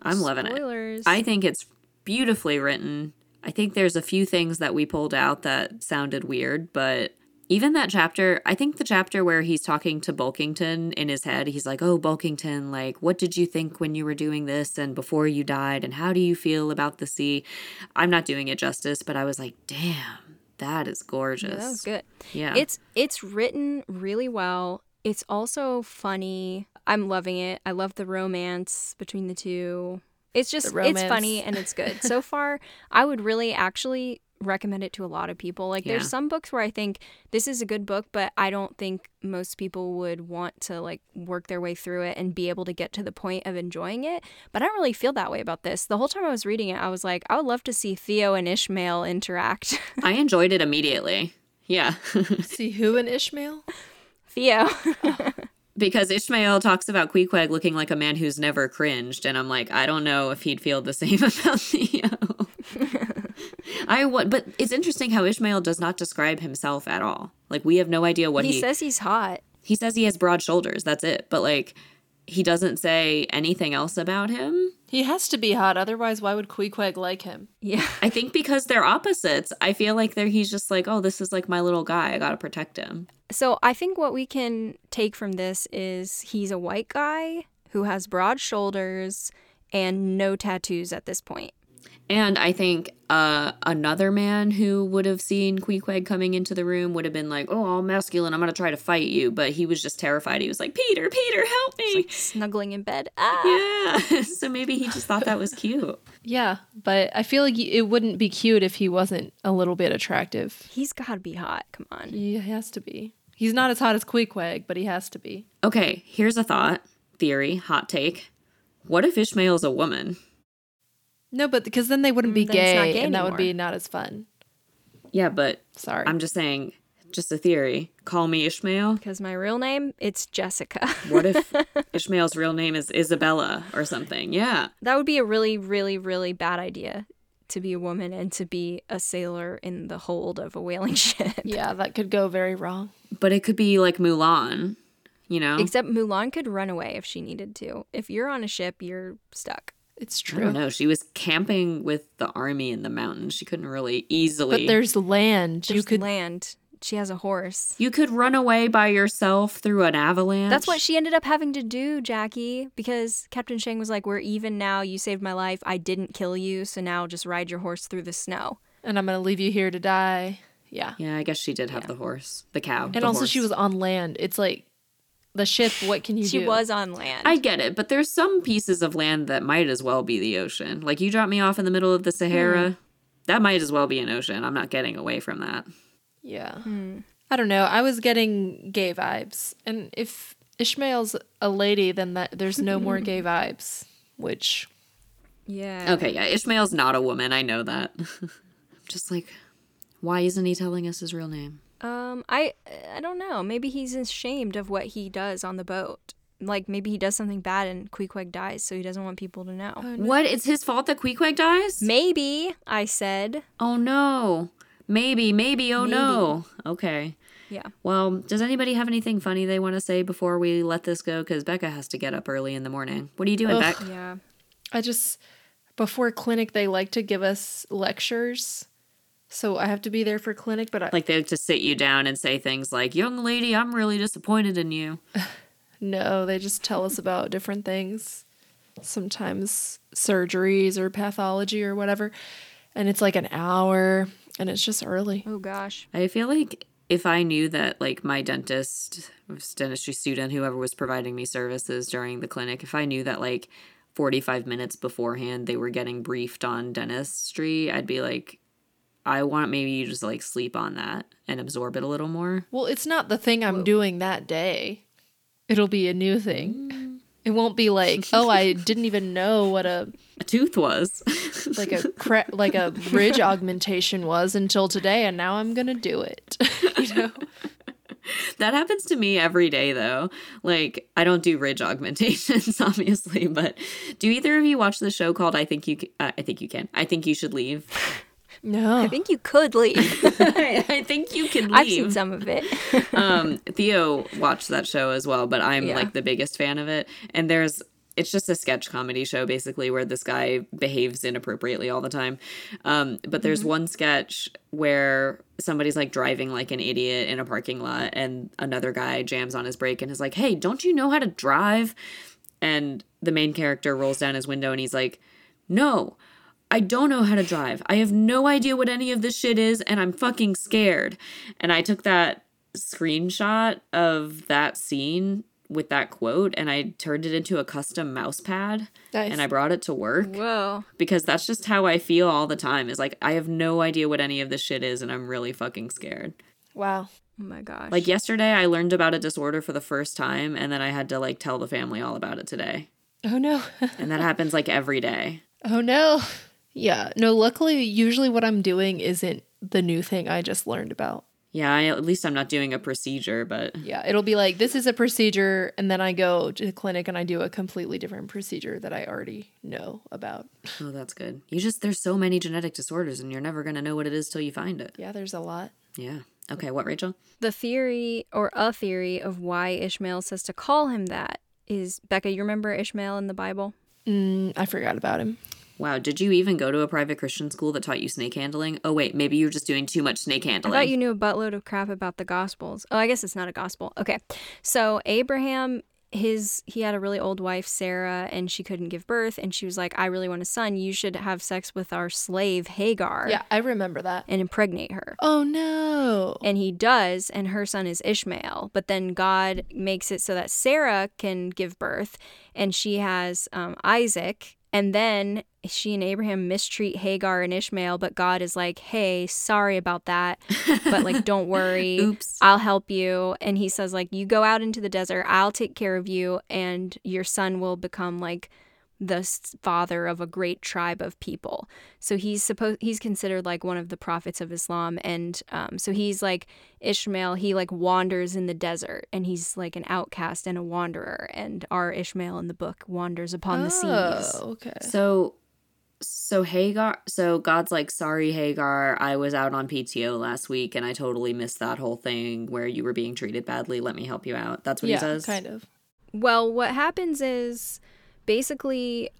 I'm loving it. Spoilers. I think it's beautifully written. I think there's a few things that we pulled out that sounded weird, but even that chapter, I think the chapter where he's talking to Bulkington in his head, he's like, Oh, Bulkington, like, what did you think when you were doing this and before you died? And how do you feel about the sea? I'm not doing it justice, but I was like, Damn, that is gorgeous. Yeah, that was good. Yeah. It's it's written really well. It's also funny. I'm loving it. I love the romance between the two. It's just The it's funny romance. and it's good. so far, I would really actually recommend it to a lot of people. Like Yeah. there's some books where I think this is a good book, but I don't think most people would want to like work their way through it and be able to get to the point of enjoying it. But I don't really feel that way about this. The whole time I was reading it, I was like, I would love to see Theo and Ishmael interact. I enjoyed it immediately. Yeah. See who and Ishmael? Theo. because Ishmael talks about Queequeg looking like a man who's never cringed, and I'm like, I don't know if he'd feel the same about Theo. I wa- but it's interesting how Ishmael does not describe himself at all. Like we have no idea what he he says he's hot. he says he has broad shoulders. That's it. But like he doesn't say anything else about him. He has to be hot, otherwise why would Queequeg like him? Yeah. I think because they're opposites. I feel like they're he's just like, oh, this is like my little guy. I gotta protect him. So I think what we can take from this is he's a white guy who has broad shoulders and no tattoos at this point. And I think uh, another man who would have seen Queequeg coming into the room would have been like, "Oh, all masculine. I'm gonna try to fight you," but he was just terrified. He was like, "Peter, Peter, help me!" Snuggling in bed. Ah. Yeah. so maybe he just thought that was cute. Yeah, but I feel like it wouldn't be cute if he wasn't a little bit attractive. He's got to be hot. Come on. He has to be. He's not as hot as Queequeg, but he has to be. Okay, here's a thought, theory, hot take. What if Ishmael's a woman? No, but because Mm, then they wouldn't be then it's gay, not and gay that would be anymore. not as fun. Yeah, but Sorry. I'm just saying, just a theory. Call me Ishmael. Because my real name, it's Jessica. What if Ishmael's real name is Isabella or something? Yeah. that would be a really, really, really bad idea to be a woman and to be a sailor in the hold of a whaling ship. yeah, that could go very wrong. But it could be like Mulan, you know? Except Mulan could run away if she needed to. If you're on a ship, you're stuck. It's I don't true. know. She was camping with the army in the mountains. She couldn't really easily. But there's land. you There's could land. She has a horse. you could run away by yourself through an avalanche. That's what she ended up having to do, Jackie, because Captain Shang was like, We're even now. You saved my life. I didn't kill you. So now just ride your horse through the snow. and I'm going to leave you here to die. Yeah. Yeah, I guess she did have the horse, the cow, And also, she was on land. It's like the ship. What can you She do? was on land. I get it, but there's some pieces of land that might as well be the ocean. Like you drop me off in the middle of the Hmm. Sahara, that might as well be an ocean. I'm not getting away from that. Yeah. I don't know. I was getting gay vibes, and if Ishmael's a lady, then that there's no more gay vibes. Which yeah. Okay, yeah, Ishmael's not a woman. I know that. Just like, why isn't he telling us his real name? Um, I I don't know. Maybe he's ashamed of what he does on the boat. Like maybe he does something bad and Queequeg dies, so he doesn't want people to know. What? It's his fault that Queequeg dies? Maybe I said, Oh no. Maybe, maybe, oh no. Okay. yeah. Well, does anybody have anything funny they want to say before we let this go? Because Becca has to get up early in the morning. What are you doing, Ugh. Beck? Yeah. I just before clinic they like to give us lectures So I have to be there for clinic, but I Like they like to sit you down and say things like, "Young lady, I'm really disappointed in you." no, they just tell us about different things. Sometimes surgeries or pathology or whatever. And it's like an hour and it's just early. Oh gosh. I feel like if I knew that, like, my dentist, dentistry student, whoever was providing me services during the clinic, if I knew that, like, 45 minutes beforehand they were getting briefed on dentistry, I'd be like, I want maybe you just, like, sleep on that and absorb it a little more. Well, it's not the thing I'm doing that day. It'll be a new thing. It won't be like, oh, I didn't even know what a A tooth was. like a cra- like a bridge augmentation was until today, and now I'm gonna do it. you know, that happens to me every day, though. Like, I don't do ridge augmentations, obviously, but do either of you watch the show called I Think You, C- uh, I Think You Can? I Think You Should Leave. no, I think you could leave. I, I think you can leave. I've seen some of it. um theo watched that show as well but i'm like the biggest fan of it and there's it's just a sketch comedy show basically where this guy behaves inappropriately all the time um but there's one sketch where somebody's like driving like an idiot in a parking lot and another guy jams on his brake and is like hey don't you know how to drive and the main character rolls down his window and he's like no I don't know how to drive. I have no idea what any of this shit is, and I'm fucking scared. And I took that screenshot of that scene with that quote and I turned it into a custom mouse pad Nice. and I brought it to work Whoa. because that's just how I feel all the time is like I have no idea what any of this shit is and I'm really fucking scared. wow, Oh my gosh. Like yesterday I learned about a disorder for the first time and then I had to like tell the family all about it today. oh no, And that happens like every day. oh no, yeah, no. Luckily, usually what I'm doing isn't the new thing I just learned about. Yeah, I, at least I'm not doing a procedure, but Yeah, it'll be like this is a procedure, and then I go to the clinic and I do a completely different procedure that I already know about. oh, that's good. You just there's so many genetic disorders and you're never going to know what it is till you find it. Yeah, there's a lot. Yeah. Okay, what Rachel? the theory or a theory of why Ishmael says to call him that is Becca, you remember Ishmael in the Bible? Mm, I forgot about him. Wow, did you even go to a private Christian school that taught you snake handling? Oh, wait, maybe you were just doing too much snake I handling. thought you knew a buttload of crap about the gospels. Oh, I guess it's not a gospel. Okay. So Abraham his he had a really old wife Sarah and she couldn't give birth and she was like I really want a son you should have sex with our slave Hagar Yeah, I remember that. and impregnate her Oh no. and he does and her son is Ishmael but then God makes it so that Sarah can give birth and she has um, Isaac and then she and Abraham mistreat Hagar and Ishmael but God is like hey sorry about that but like don't worry Uh, Oops. I'll help you. And he says, like, you go out into the desert, I'll take care of you, and your son will become like the s- father of a great tribe of people. So he's supposed he's considered like one of the prophets of Islam, and um, so he's like Ishmael. He like wanders in the desert, and he's like an outcast and a wanderer. And our Ishmael in the book wanders upon the seas. Oh, okay. So, so Hagar, so God's like, sorry, Hagar, I was out on PTO last week and I totally missed that whole thing where you were being treated badly. Let me help you out. That's what yeah, he says. kind of. Well, what happens is basically,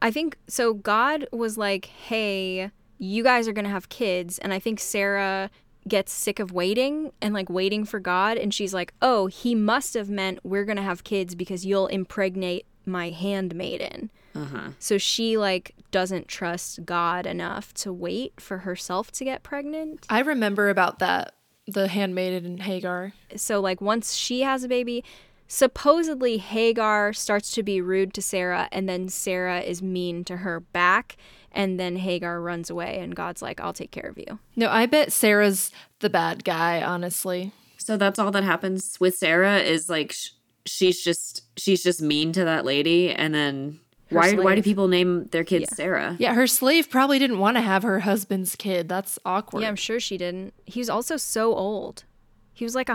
I think so. God was like, hey, you guys are going to have kids. And I think Sarah gets sick of waiting and like waiting for God. And she's like, oh, he must have meant we're going to have kids because you'll impregnate my handmaiden. Uh huh. So she like doesn't trust God enough to wait for herself to get pregnant. I remember about that. The handmaiden and Hagar. so like once she has a baby supposedly hagar starts to be rude to sarah and then sarah is mean to her back and then hagar runs away and god's like i'll take care of you No, I bet Sarah's the bad guy, honestly. So that's all that happens with Sarah is like, sh- she's just, she's just mean to that lady. And then why, why do slave. people name their kids Sarah? Yeah, her slave probably didn't want to have her husband's kid. That's awkward. yeah i'm sure she didn't he was also so old he was like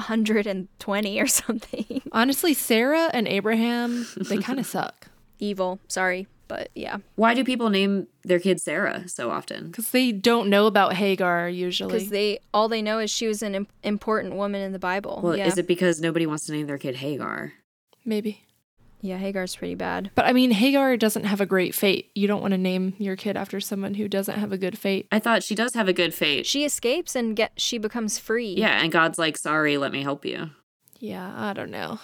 120 or something Honestly, Sarah and Abraham, they kind of suck evil sorry but yeah Why do people name their kids Sarah so often? because they don't know about Hagar usually. because they all they know is she was an im- important woman in the bible Well, yeah is it because nobody wants to name their kid Hagar? Maybe. Yeah, Hagar's pretty bad. But I mean, Hagar doesn't have a great fate. You don't want to name your kid after someone who doesn't have a good fate. I thought she does have a good fate. She escapes and get she becomes free. Yeah, and God's like, sorry, let me help you. Yeah, I don't know.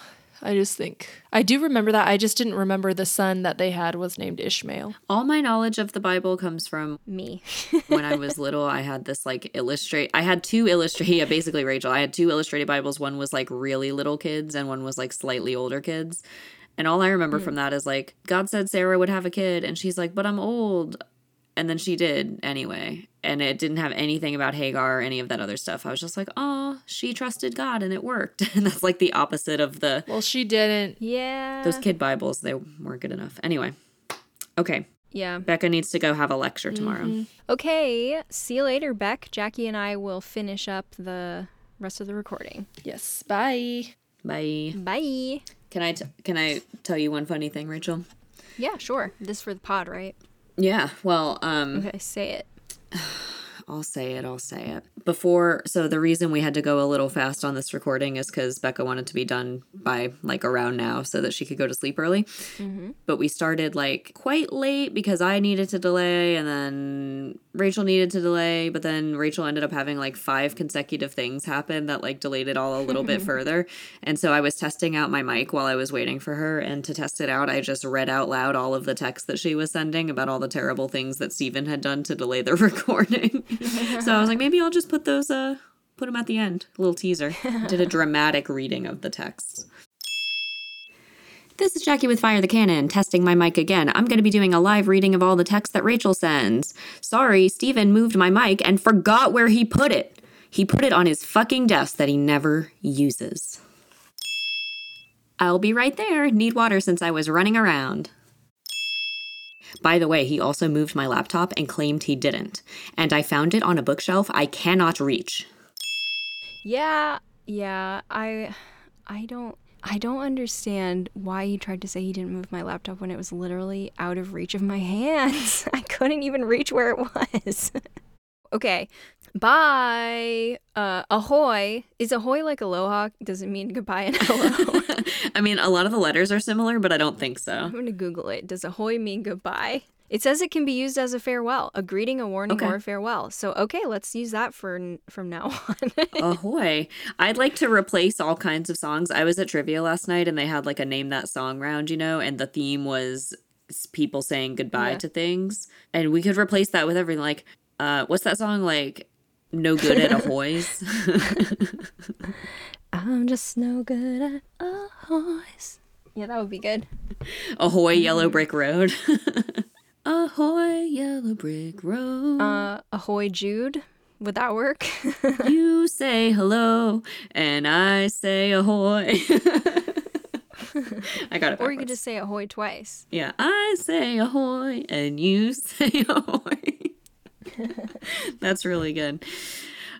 I just think I do remember that. I just didn't remember the son that they had was named Ishmael. All my knowledge of the Bible comes from Me. when I was little, I had this like illustrate. I had two illustrate. Yeah, basically, Rachel. I had two illustrated Bibles. One was like really little kids, and one was like slightly older kids. And all I remember from that is like God said Sarah would have a kid, and she's like, "But I'm old," and then she did anyway. And it didn't have anything about Hagar or any of that other stuff. I was just like, "Oh, she trusted God, and it worked." And that's like the opposite of the Well, she didn't. yeah. those kid Bibles. They weren't good enough. Anyway, okay. yeah. Becca needs to go have a lecture tomorrow. Okay. See you later, Beck. Jackie and I will finish up the rest of the recording. Yes. Bye. Bye. Bye. Can I t- can I tell you one funny thing, Rachel? Yeah, sure. This is for the pod, right? Yeah. Well, um, Okay, say it. I'll say it. I'll say it. Before, so the reason we had to go a little fast on this recording is because Becca wanted to be done by like around now so that she could go to sleep early. But we started like quite late because I needed to delay and then Rachel needed to delay. But then Rachel ended up having like five consecutive things happen that like delayed it all a little bit further. And so I was testing out my mic while I was waiting for her. And to test it out, I just read out loud all of the texts that she was sending about all the terrible things that Steven had done to delay the recording. so I was like, maybe I'll just put those, uh, put them at the end. A little teaser. Did a dramatic reading of the texts. This is Jackie with Fire the Cannon, testing my mic again. I'm going to be doing a live reading of all the texts that Rachel sends. Sorry, Steven moved my mic and forgot where he put it. He put it on his fucking desk that he never uses. I'll be right there. Need water since I was running around. By the way, he also moved my laptop and claimed he didn't. And I found it on a bookshelf I cannot reach. Yeah, yeah. I I don't I don't understand why you tried to say he didn't move my laptop when it was literally out of reach of my hands. I couldn't even reach where it was. okay. Bye. Uh ahoy. Is ahoy like aloha? Does it mean goodbye and hello? I mean, a lot of the letters are similar, but I don't think so. I'm going to google it. Does ahoy mean goodbye? It says it can be used as a farewell, a greeting, a warning, Okay. or a farewell. So okay, let's use that for n- from now on. Ahoy. I'd like to replace all kinds of songs. I was at trivia last night and they had like a name that song round, you know, and the theme was s- people saying goodbye Yeah. to things. And we could replace that with everything like uh what's that song like no good at ahoy's? I'm just no good at a horse. Yeah, that would be good. Ahoy Yellow Brick Road. Ahoy Yellow Brick Road. Uh, ahoy, Jude. Would that work? you say hello and I say ahoy. I got it. or backwards. you could just say ahoy twice. Yeah, I say ahoy and you say ahoy. That's really good.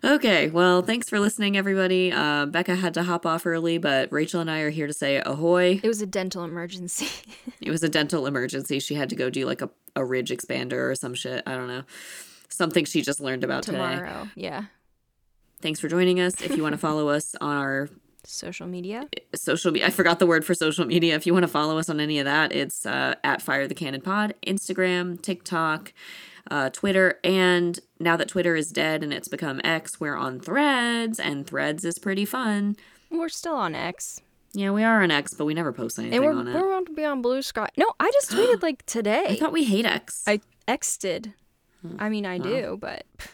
Okay, well, thanks for listening, everybody. Uh, Becca had to hop off early, but Rachel and I are here to say ahoy. It was a dental emergency. It was a dental emergency. She had to go do like a, a ridge expander or some shit. I don't know. Something she just learned about today. Tomorrow. Yeah. Thanks for joining us. If you want to follow us on our Social media. social media. I forgot the word for social media. If you want to follow us on any of that, it's uh, at Fire the Cannon Pod, Instagram, TikTok, uh, Twitter, and now that Twitter is dead and it's become X, we're on Threads, and Threads is pretty fun. We're still on X. Yeah, we are on X, but we never post anything And we're, on we're it. about to be on Blue Sky. No, I just tweeted like I today. thought we hate X. I X'ted. I mean, I do, but pff,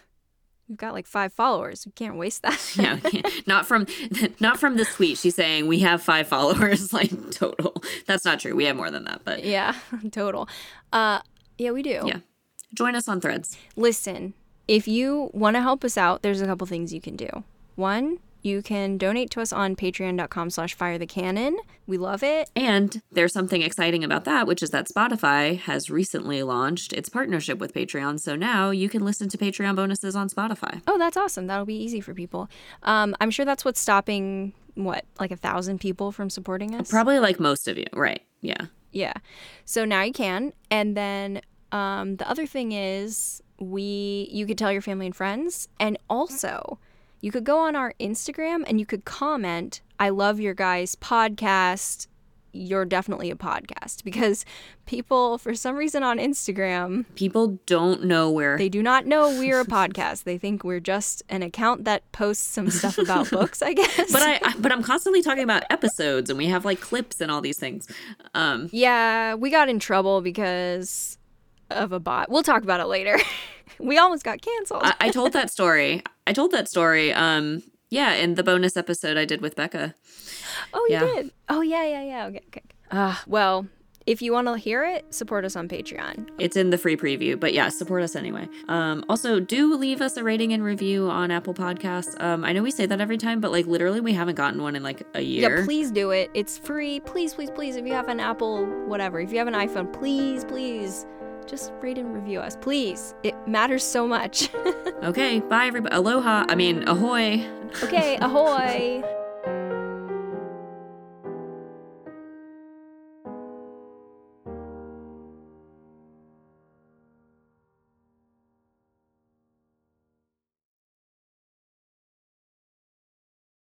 we've got like five followers. We can't waste that. yeah, we can't- not from not from this tweet. She's saying we have five followers, like total. That's not true. We have more than that, but yeah, total. Uh, yeah, we do. yeah. Join us on Threads. Listen, if you want to help us out, there's a couple things you can do. One, you can donate to us on patreon.com slash fire the cannon. We love it. And there's something exciting about that, which is that Spotify has recently launched its partnership with Patreon. So now you can listen to Patreon bonuses on Spotify. Oh, that's awesome. That'll be easy for people. Um, I'm sure that's what's stopping what, like a thousand people from supporting us? Probably like most of you. Right. Yeah. Yeah. So now you can. And then um, the other thing is we you could tell your family and friends and also you could go on our Instagram and you could comment I love your guys podcast you're definitely a podcast because people, for some reason on Instagram, People don't know where they do not know we're a podcast. They think we're just an account that posts some stuff about books, I guess. but I, I but I'm constantly talking about episodes and we have like clips and all these things. Um yeah, we got in trouble because of a bot. We'll talk about it later. we almost got canceled. I, I told that story. I told that story um yeah, in the bonus episode I did with Becca. oh, you yeah. Ah, did. Oh, yeah, yeah, yeah. Okay, okay. Uh, well, if you want to hear it, support us on Patreon. It's in the free preview, but yeah, support us anyway. Um, also, do leave us a rating and review on Apple Podcasts. Um, I know we say that every time, but like literally, we haven't gotten one in like a year. Yeah, please do it. It's free. Please, please, please. If you have an Apple, whatever, if you have an iPhone, please, please, just rate and review us. Please. It matters so much. Okay, bye everybody. Aloha. I mean, ahoy. okay, ahoy.